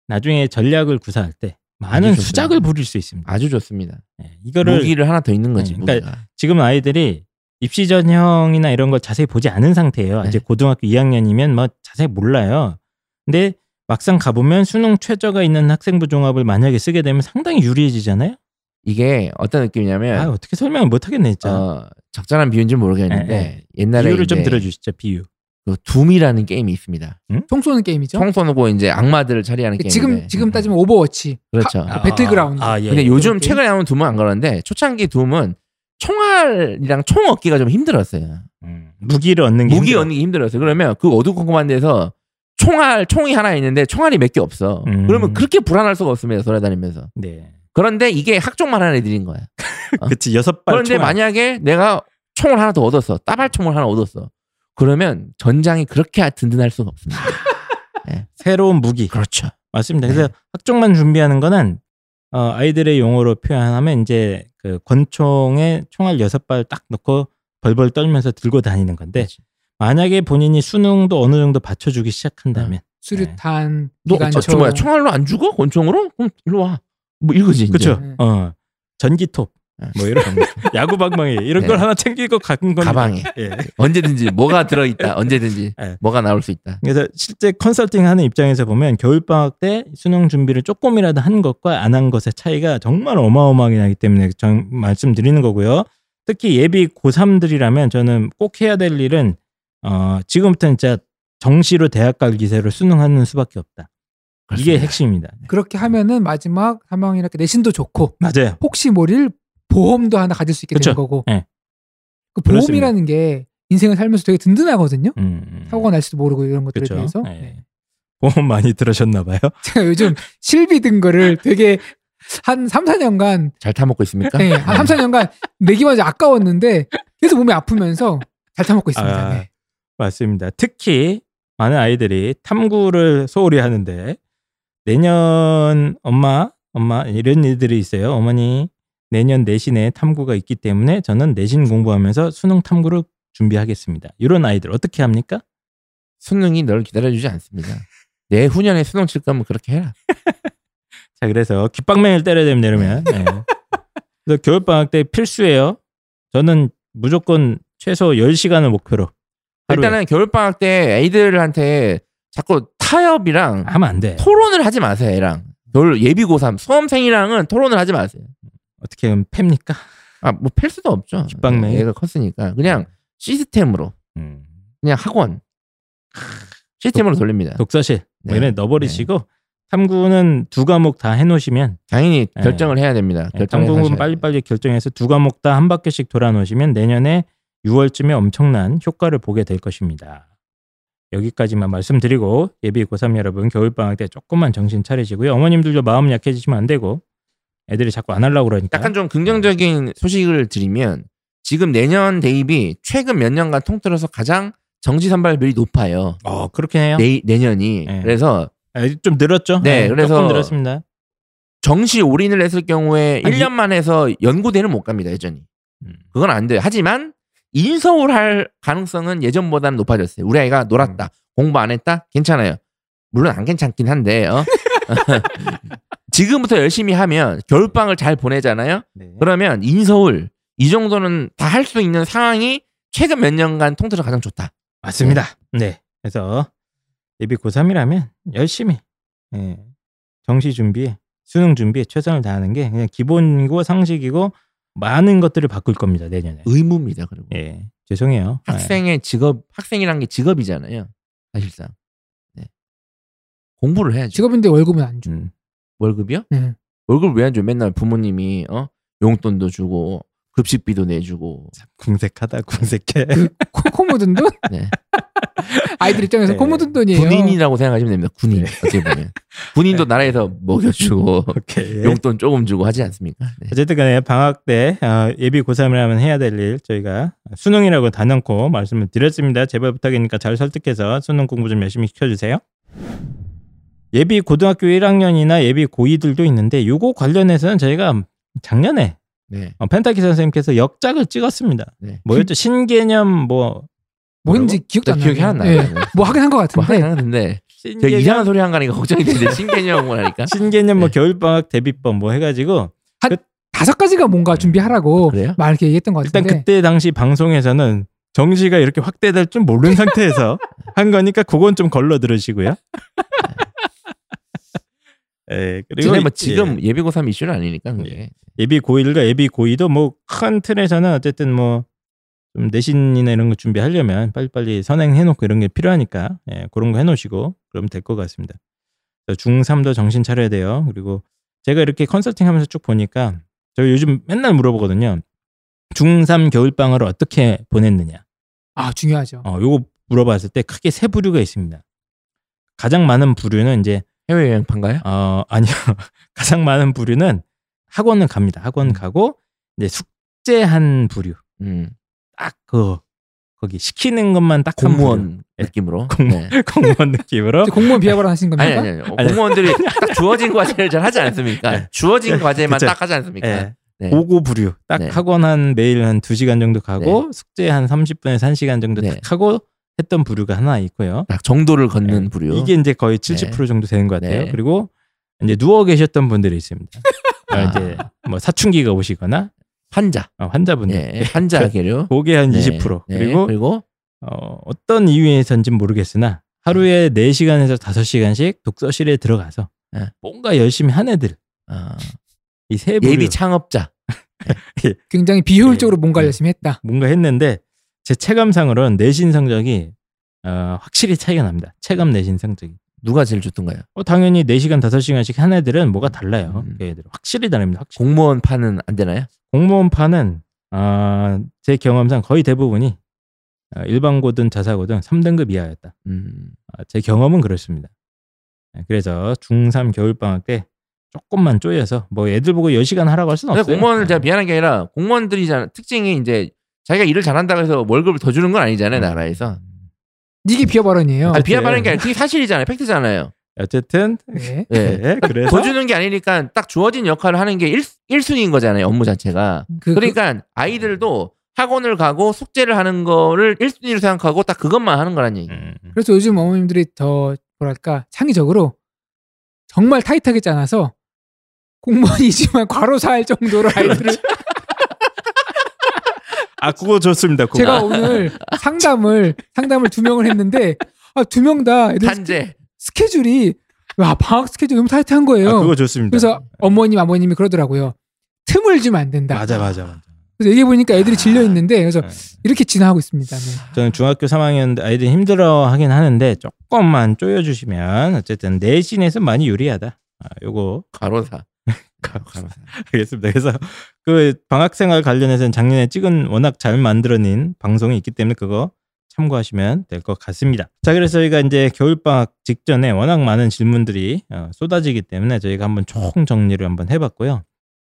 S1: 나중에 전략을 구사할 때 많은
S3: 아주 좋습니다.
S1: 수작을 부릴 수 있습니다.
S3: 아주 좋습니다.
S1: 예, 이거를
S3: 무기를 하나 더 있는 거지.
S1: 네, 그러니까
S3: 무기가.
S1: 지금 아이들이 입시 전형이나 이런 걸 자세히 보지 않은 상태예요.
S3: 네.
S1: 아직 고등학교 2학년이면 뭐 자세히 몰라요. 근데 막상 가보면 수능 최저가 있는 학생부 종합을 만약에 쓰게 되면 상당히 유리해지잖아요.
S3: 이게 어떤
S1: 아
S3: 느낌이냐면
S1: 어떻게 설명을 못 하겠네 진짜.
S3: 네. 어, 적절한 비유인지 는 모르겠는데
S1: 네,
S3: 옛날에
S1: 비유를
S3: 이제
S1: 좀 들어주시죠 비유.
S3: 그 둠이라는 게임이 있습니다.
S2: 총 쏘는 게임이죠.
S3: 총 쏘고 이제 악마들을
S1: 예,
S3: 처리하는
S2: 근데
S3: 게임.
S1: 네.
S2: 지금 지금 따지면 오버워치.
S3: 그렇죠.
S2: 아, 배틀그라운드.
S1: 아, 예.
S3: 근데
S1: 예.
S3: 요즘
S2: 게임?
S3: 최근에 나온 둠은 안 그러는데 초창기 둠은 총알이랑 총 얻기가 좀 힘들었어요.
S1: 음, 무기를 얻는 게
S3: 무기
S1: 힘들어.
S3: 얻는 게 힘들었어요. 그러면 그 어두컴컴한 데서 총알 총이 하나 있는데 총알이 몇 개 없어.
S1: 음.
S3: 그러면 그렇게 불안할 수가 없습니다. 돌아다니면서.
S1: 네.
S3: 그런데 이게 학종만 하는 애들인 거야. 어?
S1: 그치 여섯 발.
S3: 그런데
S1: 아, 총알.
S3: 만약에 내가 총을 하나 더 얻었어. 따발총을 하나 얻었어. 그러면 전장이 그렇게 든든할 수가 없습니다.
S1: 새로운 무기.
S3: 그렇죠.
S1: 맞습니다. 그래서 학종만 준비하는 거는 어, 아이들의 용어로 표현하면 이제 그 권총에 총알 여섯 발 딱 넣고 벌벌 떨면서 들고 다니는 건데
S3: 그렇지.
S1: 만약에 본인이 수능도 어느 정도 받쳐주기 시작한다면
S3: 아,
S1: 네.
S2: 수류탄,
S3: 너
S2: 기관총.
S3: 어쩌 뭐야? 총알로 안 죽어? 권총으로? 그럼 일로 와. 뭐 이거지. 이제.
S1: 그렇죠.
S2: 네.
S1: 어 전기톱
S3: 네.
S1: 뭐 이런 야구 방망이 이런
S3: 네.
S1: 걸 하나 챙기고 가는 건
S3: 가방에
S1: 예.
S3: 언제든지 뭐가 들어 있다. 언제든지
S1: 네.
S3: 뭐가 나올 수 있다.
S1: 그래서 실제 컨설팅하는 입장에서 보면 겨울 방학 때 수능 준비를 조금이라도 한 것과 안 한 것의 차이가 정말 어마어마하게 나기 때문에 전 말씀드리는 거고요. 특히 예비 고3들이라면 저는 꼭 해야 될 일은 어, 지금부터는 진짜 정시로 대학 갈 기세로 수능하는 수밖에 없다. 이게
S3: 그렇습니다.
S1: 핵심입니다.
S2: 그렇게 하면은 마지막 3학년 이렇게 내신도 좋고
S1: 맞아요.
S2: 혹시 모를 보험도 하나 가질 수 있게
S1: 그쵸.
S2: 되는 거고.
S1: 예.
S2: 그 보험이라는 게 인생을 살면서 되게 든든하거든요.
S1: 음, 음.
S2: 사고가 날 수도 모르고 이런 것들에
S1: 그쵸.
S2: 대해서.
S1: 예.
S2: 네.
S1: 보험 많이 들으셨나 봐요.
S2: 제가 요즘 실비 든 거를 되게 한 3, 4년간
S3: 잘 타먹고 있습니까?
S2: 네, 한 3, 4년간 내기만 해도 아까웠는데 계속 몸이 아프면서 잘 타먹고 있습니다.
S1: 아,
S2: 네.
S1: 맞습니다. 특히 많은 아이들이 탐구를 소홀히 하는데 내년 엄마 엄마 이런 일들이 있어요. 어머니 내년 내신에 탐구가 있기 때문에 저는 내신 공부하면서 수능 탐구를 준비하겠습니다. 이런 아이들 어떻게 합니까?
S3: 수능이 널 기다려주지 않습니다. 내후년에 수능 칠 거면 그렇게 해라.
S1: 자 그래서 귓방망이를 때려야 됩니다. 이러면 예. 그래서 겨울 방학 때 필수예요. 저는 무조건 최소 10시간을 목표로 하루에
S3: 일단은 겨울방학 때 애들한테 자꾸 타협이랑
S1: 하면 안 돼.
S3: 토론을 하지 마세요, 애랑. 겨울 예비고3 수험생이랑은 토론을 하지 마세요.
S1: 어떻게 하면 팹니까?
S3: 아, 뭐 팰 수도 없죠. 네,
S1: 뒷방맹이.
S3: 애가 컸으니까. 그냥 시스템으로,
S1: 음.
S3: 그냥 학원. 시스템으로 돌립니다.
S1: 독서실 뭐
S3: 네.
S1: 이런 데 넣어버리시고 탐구는 두 과목 다 해놓으시면
S3: 당연히
S1: 네.
S3: 결정을 해야 됩니다. 결정을
S1: 탐구는
S3: 하셔야
S1: 빨리빨리 결정해서 두 과목 다 한 바퀴씩 돌아놓으시면 내년에 6월쯤에 엄청난 효과를 보게 될 것입니다. 여기까지만 말씀드리고 예비 고3 여러분 겨울방학 때 조금만 정신 차리시고요. 어머님들도 마음 약해지시면 안 되고 애들이 자꾸 안 하려고 그러니까
S3: 약간 좀
S1: 네.
S3: 긍정적인 소식을 드리면 지금 내년 대입이 최근 몇 년간 통틀어서 가장 정시 선발률이 높아요.
S1: 어, 그렇게 해요.
S3: 내, 내년이
S1: 네.
S3: 그래서
S1: 아, 좀 늘었죠?
S3: 네, 그래서-
S1: 조금 늘었습니다.
S3: 정시 올인을 했을 경우에
S1: 아니,
S3: 1년만 해서 연고대는 못 갑니다 여전히
S1: 음.
S3: 그건 안 돼요 하지만 인서울 할 가능성은 예전보다는 높아졌어요 우리 아이가
S1: 음.
S3: 놀았다 공부 안 했다 괜찮아요 물론 안 괜찮긴 한데 요 지금부터 열심히 하면 겨울방을 잘 보내잖아요
S1: 네.
S3: 그러면 인서울 이 정도는 다 할 수 있는 상황이 최근 몇 년간 통틀어 가장 좋다
S1: 맞습니다. 네. 그래서 예비 고3이라면 열심히 예, 정시 준비에 수능 준비에 최선을 다하는 게 그냥 기본이고 상식이고 많은 것들을 바꿀 겁니다 내년에.
S3: 의무입니다 그리고
S1: 예. 죄송해요. 예.
S3: 학생의 직업 학생이란 게 직업이잖아요 사실상 네. 공부를 해야죠
S2: 직업인데 월급은 안 줘.
S1: 음.
S3: 월급이요?
S2: 네.
S3: 월급 왜 안 줘? 맨날 부모님이 어 용돈도 주고 급식비도 내주고
S1: 궁색하다 궁색해.
S2: 코, 코 묻은 돈?
S3: 네.
S2: 아이들 입장에서
S1: 네.
S2: 코 묻은 돈이에요.
S3: 군인이라고 생각하시면 됩니다. 군인 어떻게 보면 군인도 나라에서 먹여주고
S1: 오케이.
S3: 용돈 조금 주고 하지 않습니까? 네.
S1: 어쨌든 간에 방학 때 어, 예비 고3이라면 해야 될 일 저희가 수능이라고 단언코 말씀을 드렸습니다. 제발 부탁이니까 잘 설득해서 수능 공부 좀 열심히 시켜주세요. 예비 고등학교 1학년이나 예비 고2들도 있는데 요거 관련해서는 저희가 작년에
S3: 네.
S1: 어, 펜타키 선생님께서 역작을 찍었습니다.
S3: 네.
S1: 뭐였죠? 신개념 뭐
S2: 뭔지 기억도
S3: 나
S2: 안
S3: 기억이 하나 안
S2: 나요.
S3: 나요.
S2: 예. 뭐 하긴 한 것
S3: 뭐 하긴
S2: 같은데
S3: 하는데 제가
S1: 신개념,
S3: 이상한 소리 한 거니까 걱정이 되는데 신개념을 하니까
S1: 신개념 뭐
S3: 네.
S1: 겨울방학 대비법 뭐 해가지고
S2: 다섯 가지가 뭔가 준비하라고
S3: 네. 그래요?
S2: 막 이렇게 얘기했던 것
S1: 일단
S2: 같은데
S1: 그때 당시 방송에서는 정시가 이렇게 확대될 줄 모르는 상태에서 한 거니까 그건 좀 걸러 들으시고요. 예, 그리고
S3: 근데 뭐
S1: 이-
S3: 지금 예비고 3 이슈는 아니니까 그게
S1: 예, 비 고1과 예비 고2도 뭐 큰 틀에서는 어쨌든 뭐 좀 내신이나 이런 거 준비하려면 빨리빨리 선행해놓고 이런 게 필요하니까 예, 그런 거 해놓으시고 그러면 될 것 같습니다. 중3도 정신 차려야 돼요. 그리고 제가 이렇게 컨설팅 하면서 쭉 보니까 저 요즘 맨날 물어보거든요. 중3 겨울방학을 어떻게 보냈느냐.
S2: 아 중요하죠.
S1: 어, 요거 물어봤을 때 크게 세 부류가 있습니다. 가장 많은 부류는 이제
S3: 해외 여행판가요?
S1: 어 아니요 가장 많은 부류는 학원을 갑니다. 학원 가고 이제 숙제한 부류
S3: 음.
S1: 딱 그 거기 시키는 것만 딱
S3: 공무원
S1: 예.
S3: 느낌으로.
S1: 공무원. 한
S3: 네.
S1: 부류. 공무원 느낌으로
S2: 이제 공무원 비하거라 하신 겁니까?
S3: 아니 아니 아니.
S1: 아니.
S3: 공무원들이 딱 주어진 과제를 잘 하지 않습니까? 주어진 과제만
S1: 그쵸.
S3: 딱 하지 않습니까?
S1: 예.
S3: 네.
S1: 오고 부류 딱
S3: 네.
S1: 학원 한 매일 한 두 시간 정도 가고 숙제 한 30분에서 1시간 정도
S3: 네.
S1: 딱 하고 했던 부류가 하나 있고요.
S3: 딱 정도를 걷는
S1: 네.
S3: 부류.
S1: 이게 이제 거의 70% 정도 되는 것 같아요.
S3: 네.
S1: 그리고 이제 누워 계셨던 분들이 있습니다.
S3: 아.
S1: 이제 뭐 사춘기가 오시거나
S3: 환자.
S1: 어, 환자분들
S3: 예. 환자 계류.
S1: 그게 한
S3: 네.
S1: 20%.
S3: 네.
S1: 그리고
S3: 그리고
S1: 어, 어떤 이유에서인지는 모르겠으나 하루에
S3: 음.
S1: 4시간에서 5시간씩 독서실에 들어가서 예,
S3: 네.
S1: 뭔가 열심히 한 애들
S3: 어,
S1: 이 세 부류
S3: 예비 창업자.
S2: 굉장히
S3: 네.
S2: 비효율적으로 뭔가
S1: 예.
S2: 를 열심히 했다.
S1: 뭔가 했는데 제 체감상으로는 내신 성적이 어, 확실히 차이가 납니다. 체감 내신 성적이.
S3: 누가 제일 좋던가요?
S1: 어, 당연히 4시간, 5시간씩 한 애들은 뭐가 달라요.
S3: 음.
S1: 그 애들은 확실히 다릅니다. 확실히.
S3: 공무원 판은 안 되나요?
S1: 공무원파는 아, 제 경험상 거의 대부분이 아, 일반고든 자사고든 3등급 이하였다.
S3: 음.
S1: 아, 제 경험은 그렇습니다. 아, 그래서 중3 겨울방학 때 조금만 쪼여서 뭐 애들 보고 10시간 하라고 할 수는
S3: 근데
S1: 없어요.
S3: 네,
S1: 예,
S3: 공무원을 제가 미안한 게 아니라 공무원들이 잖아 특징이 이제 자기가 일을 잘한다고 해서 월급을 더 주는 건 아니잖아요 나라에서.
S2: 이게 비하 발언이에요.
S3: 음. 아,
S1: 그치.
S3: 비하하는 게 아니라 그게 사실이잖아요 팩트잖아요.
S1: 어쨌든
S2: 네.
S3: 예.
S1: 네, 그래서
S3: 더 주는 게 아니니까 딱 주어진 역할을 하는 게 1, 일순위인 거잖아요 업무 자체가.
S2: 그, 그,
S3: 그러니까 아이들도 학원을 가고 숙제를 하는 거를 1순위로 생각하고 딱 그것만 하는 거란 얘기.
S1: 음,
S2: 그래서 요즘 어머님들이 더 뭐랄까 창의적으로 정말 타이트하게 짜놔서 공무원이지만 과로사할 정도로 아이들을
S1: 아 그거 좋습니다. 그거.
S2: 제가 오늘 상담을 상담을 두 명을 했는데 아, 두 명 다 애들
S3: 단제.
S2: 스케줄이 와 방학 스케줄 너무 타이트한 거예요.
S1: 아, 그거 좋습니다.
S2: 그래서 어머님 아버님이 그러더라고요. 틈을 주면 안 된다.
S1: 맞아 맞아 맞아.
S2: 그래서 얘기해 보니까 애들이 질려 있는데 그래서
S1: 네.
S2: 이렇게 진화하고 있습니다. 네.
S1: 저는 중학교 3학년인데 아이들이 힘들어 하긴 하는데 조금만 쪼여 주시면 어쨌든 내신에서 많이 유리하다. 아, 요거
S3: 과로사. 간호사.
S1: 알겠습니다. 그래서 그 방학 생활 관련해서는 작년에 찍은 워낙 잘 만들어낸 방송이 있기 때문에 그거 참고하시면 될 것 같습니다. 자, 그래서 저희가 이제 겨울 방학 직전에 워낙 많은 질문들이 어, 쏟아지기 때문에 저희가 한번 총 정리를 한번 해봤고요.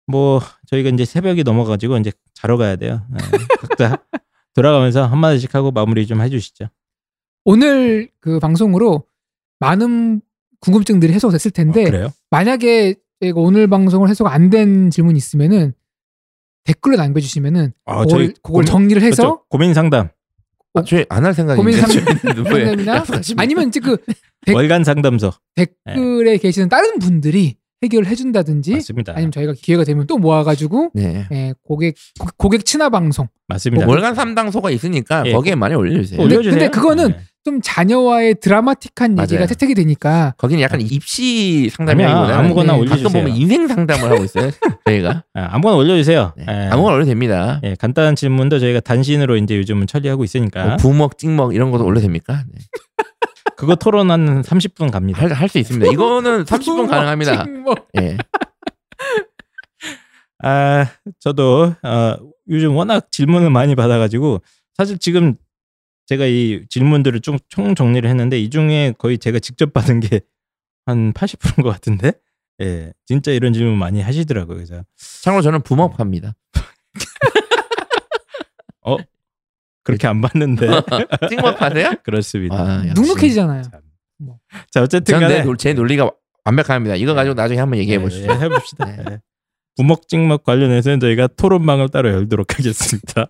S1: 뭐 저희가 이제 새벽이 넘어가지고 이제 자러 가야 돼요. 어, 각자 돌아가면서 한마디씩 하고 마무리 좀 해주시죠.
S2: 오늘 그 방송으로 많은 궁금증들이 해소가 됐을 텐데
S1: 아, 그래요?
S2: 만약에 저희가 오늘 방송을 해소가 안 된 질문이 있으면은 댓글로 남겨주시면은
S1: 아,
S2: 그걸,
S1: 저희
S2: 그걸 정리를 해서
S1: 그렇죠. 고민 상담,
S3: 아, 저희 안할 생각인데.
S2: 고민 상담-
S3: 누구의
S2: 상담이나
S1: 네.
S3: 약속하십니까?
S2: 아니면 이제 그 댓-
S1: 월간 상담소
S2: 댓글에
S3: 네.
S2: 계시는 다른 분들이 해결을 해준다든지
S1: 맞습니다.
S2: 아니면 저희가 기회가 되면 또 모아가지고
S3: 네.
S2: 예, 고객 고- 고객 친화 방송
S1: 맞습니다.
S3: 뭐 월간 3당소가 있으니까
S1: 어, 예.
S3: 거기에 많이 올려주세요.
S2: 올려-
S1: 올려주세요.
S2: 근데 그거는
S1: 네.
S2: 좀 자녀와의 드라마틱한 얘기가
S3: 맞아요.
S2: 채택이 되니까
S3: 거기는 약간 입시 상담이라기보다
S1: 아무거나
S2: 네,
S1: 올려주세요.
S3: 가끔 보면 인생 상담을 하고 있어요. 저희가
S1: 아, 아무거나 올려주세요.
S3: 네.
S1: 예.
S3: 아무거나 올려도 됩니다.
S1: 예, 간단한 질문도 저희가 단신으로 이제 요즘은 처리하고 있으니까
S3: 뭐 부먹, 찍먹 이런 것도 올려도 됩니까? 네.
S1: 그거 토론 한 30분 갑니다.
S3: 할 수 있습니다. 이거는 30분 가능합니다.
S2: 뭐
S3: 예.
S1: 아, 저도 어, 요즘 워낙 질문을 많이 받아가지고 사실 지금 제가 이 질문들을 좀 총 정리를 했는데 이 중에 거의 제가 직접 받은 게 한 80%인 것 같은데, 예, 진짜 이런 질문 많이 하시더라고요. 그래서
S3: 참고로 저는 부먹합니다.
S1: 그렇게 안 봤는데
S3: 찍먹하세요?
S1: 그렇습니다.
S3: 아, 역시.
S2: 눅눅해지잖아요.
S1: 참. 자, 어쨌든 간에 네.
S3: 전제 논리가 완벽합니다. 이거 가지고 나중에 한번 얘기해 보시죠.
S1: 예, 예, 해봅시다.
S3: 네.
S1: 예. 부먹찍먹 관련해서는 저희가 토론방을 따로 열도록 하겠습니다.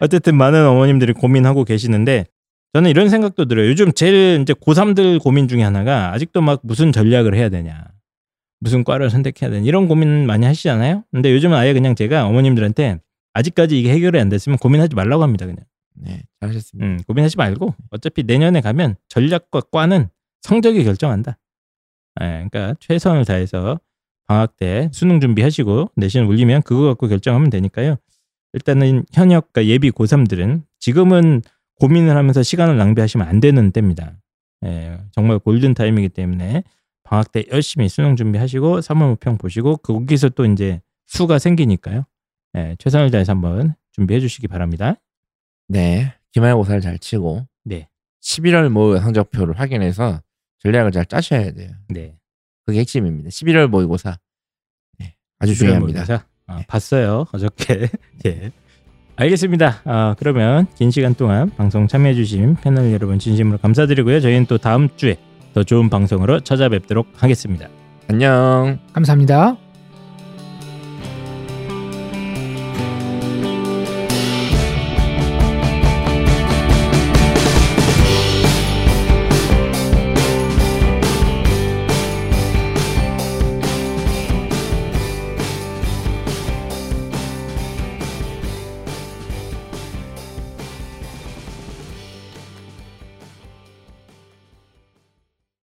S1: 어쨌든 많은 어머님들이 고민하고 계시는데 저는 이런 생각도 들어요. 요즘 제일 이제 고3들 고민 중에 하나가 아직도 막 무슨 전략을 해야 되냐. 무슨 과를 선택해야 되냐. 이런 고민 많이 하시잖아요. 근데 요즘은 아예 그냥 제가 어머님들한테 아직까지 이게 해결이 안 됐으면 고민하지 말라고 합니다. 그냥.
S3: 네, 잘하셨습니다.
S1: 음, 고민하지 말고 어차피 내년에 가면 전략과 과는 성적이 결정한다. 예, 그러니까 최선을 다해서 방학 때 수능 준비하시고 내신 올리면 그거 갖고 결정하면 되니까요. 일단은 현역과 그러니까 예비 고3들은 지금은 고민을 하면서 시간을 낭비하시면 안 되는 때입니다. 예, 정말 골든 타임이기 때문에 방학 때 열심히 수능 준비하시고 3월 모평 보시고 거기서 또 이제 수가 생기니까요. 예, 최선을 다해서 한번 준비해 주시기 바랍니다.
S3: 네, 기말고사를 잘 치고
S1: 네.
S3: 11월 모의 성적표를 확인해서 전략을 잘 짜셔야 돼요.
S1: 네.
S3: 그게 핵심입니다. 11월 모의고사 네, 아주 중요합니다.
S1: 모의고사. 아,
S3: 네.
S1: 봤어요 어저께. 예. 알겠습니다. 아, 그러면 긴 시간 동안 방송 참여해주신 패널 여러분 진심으로 감사드리고요. 저희는 또 다음 주에 더 좋은 방송으로 찾아뵙도록 하겠습니다.
S3: 안녕.
S2: 감사합니다.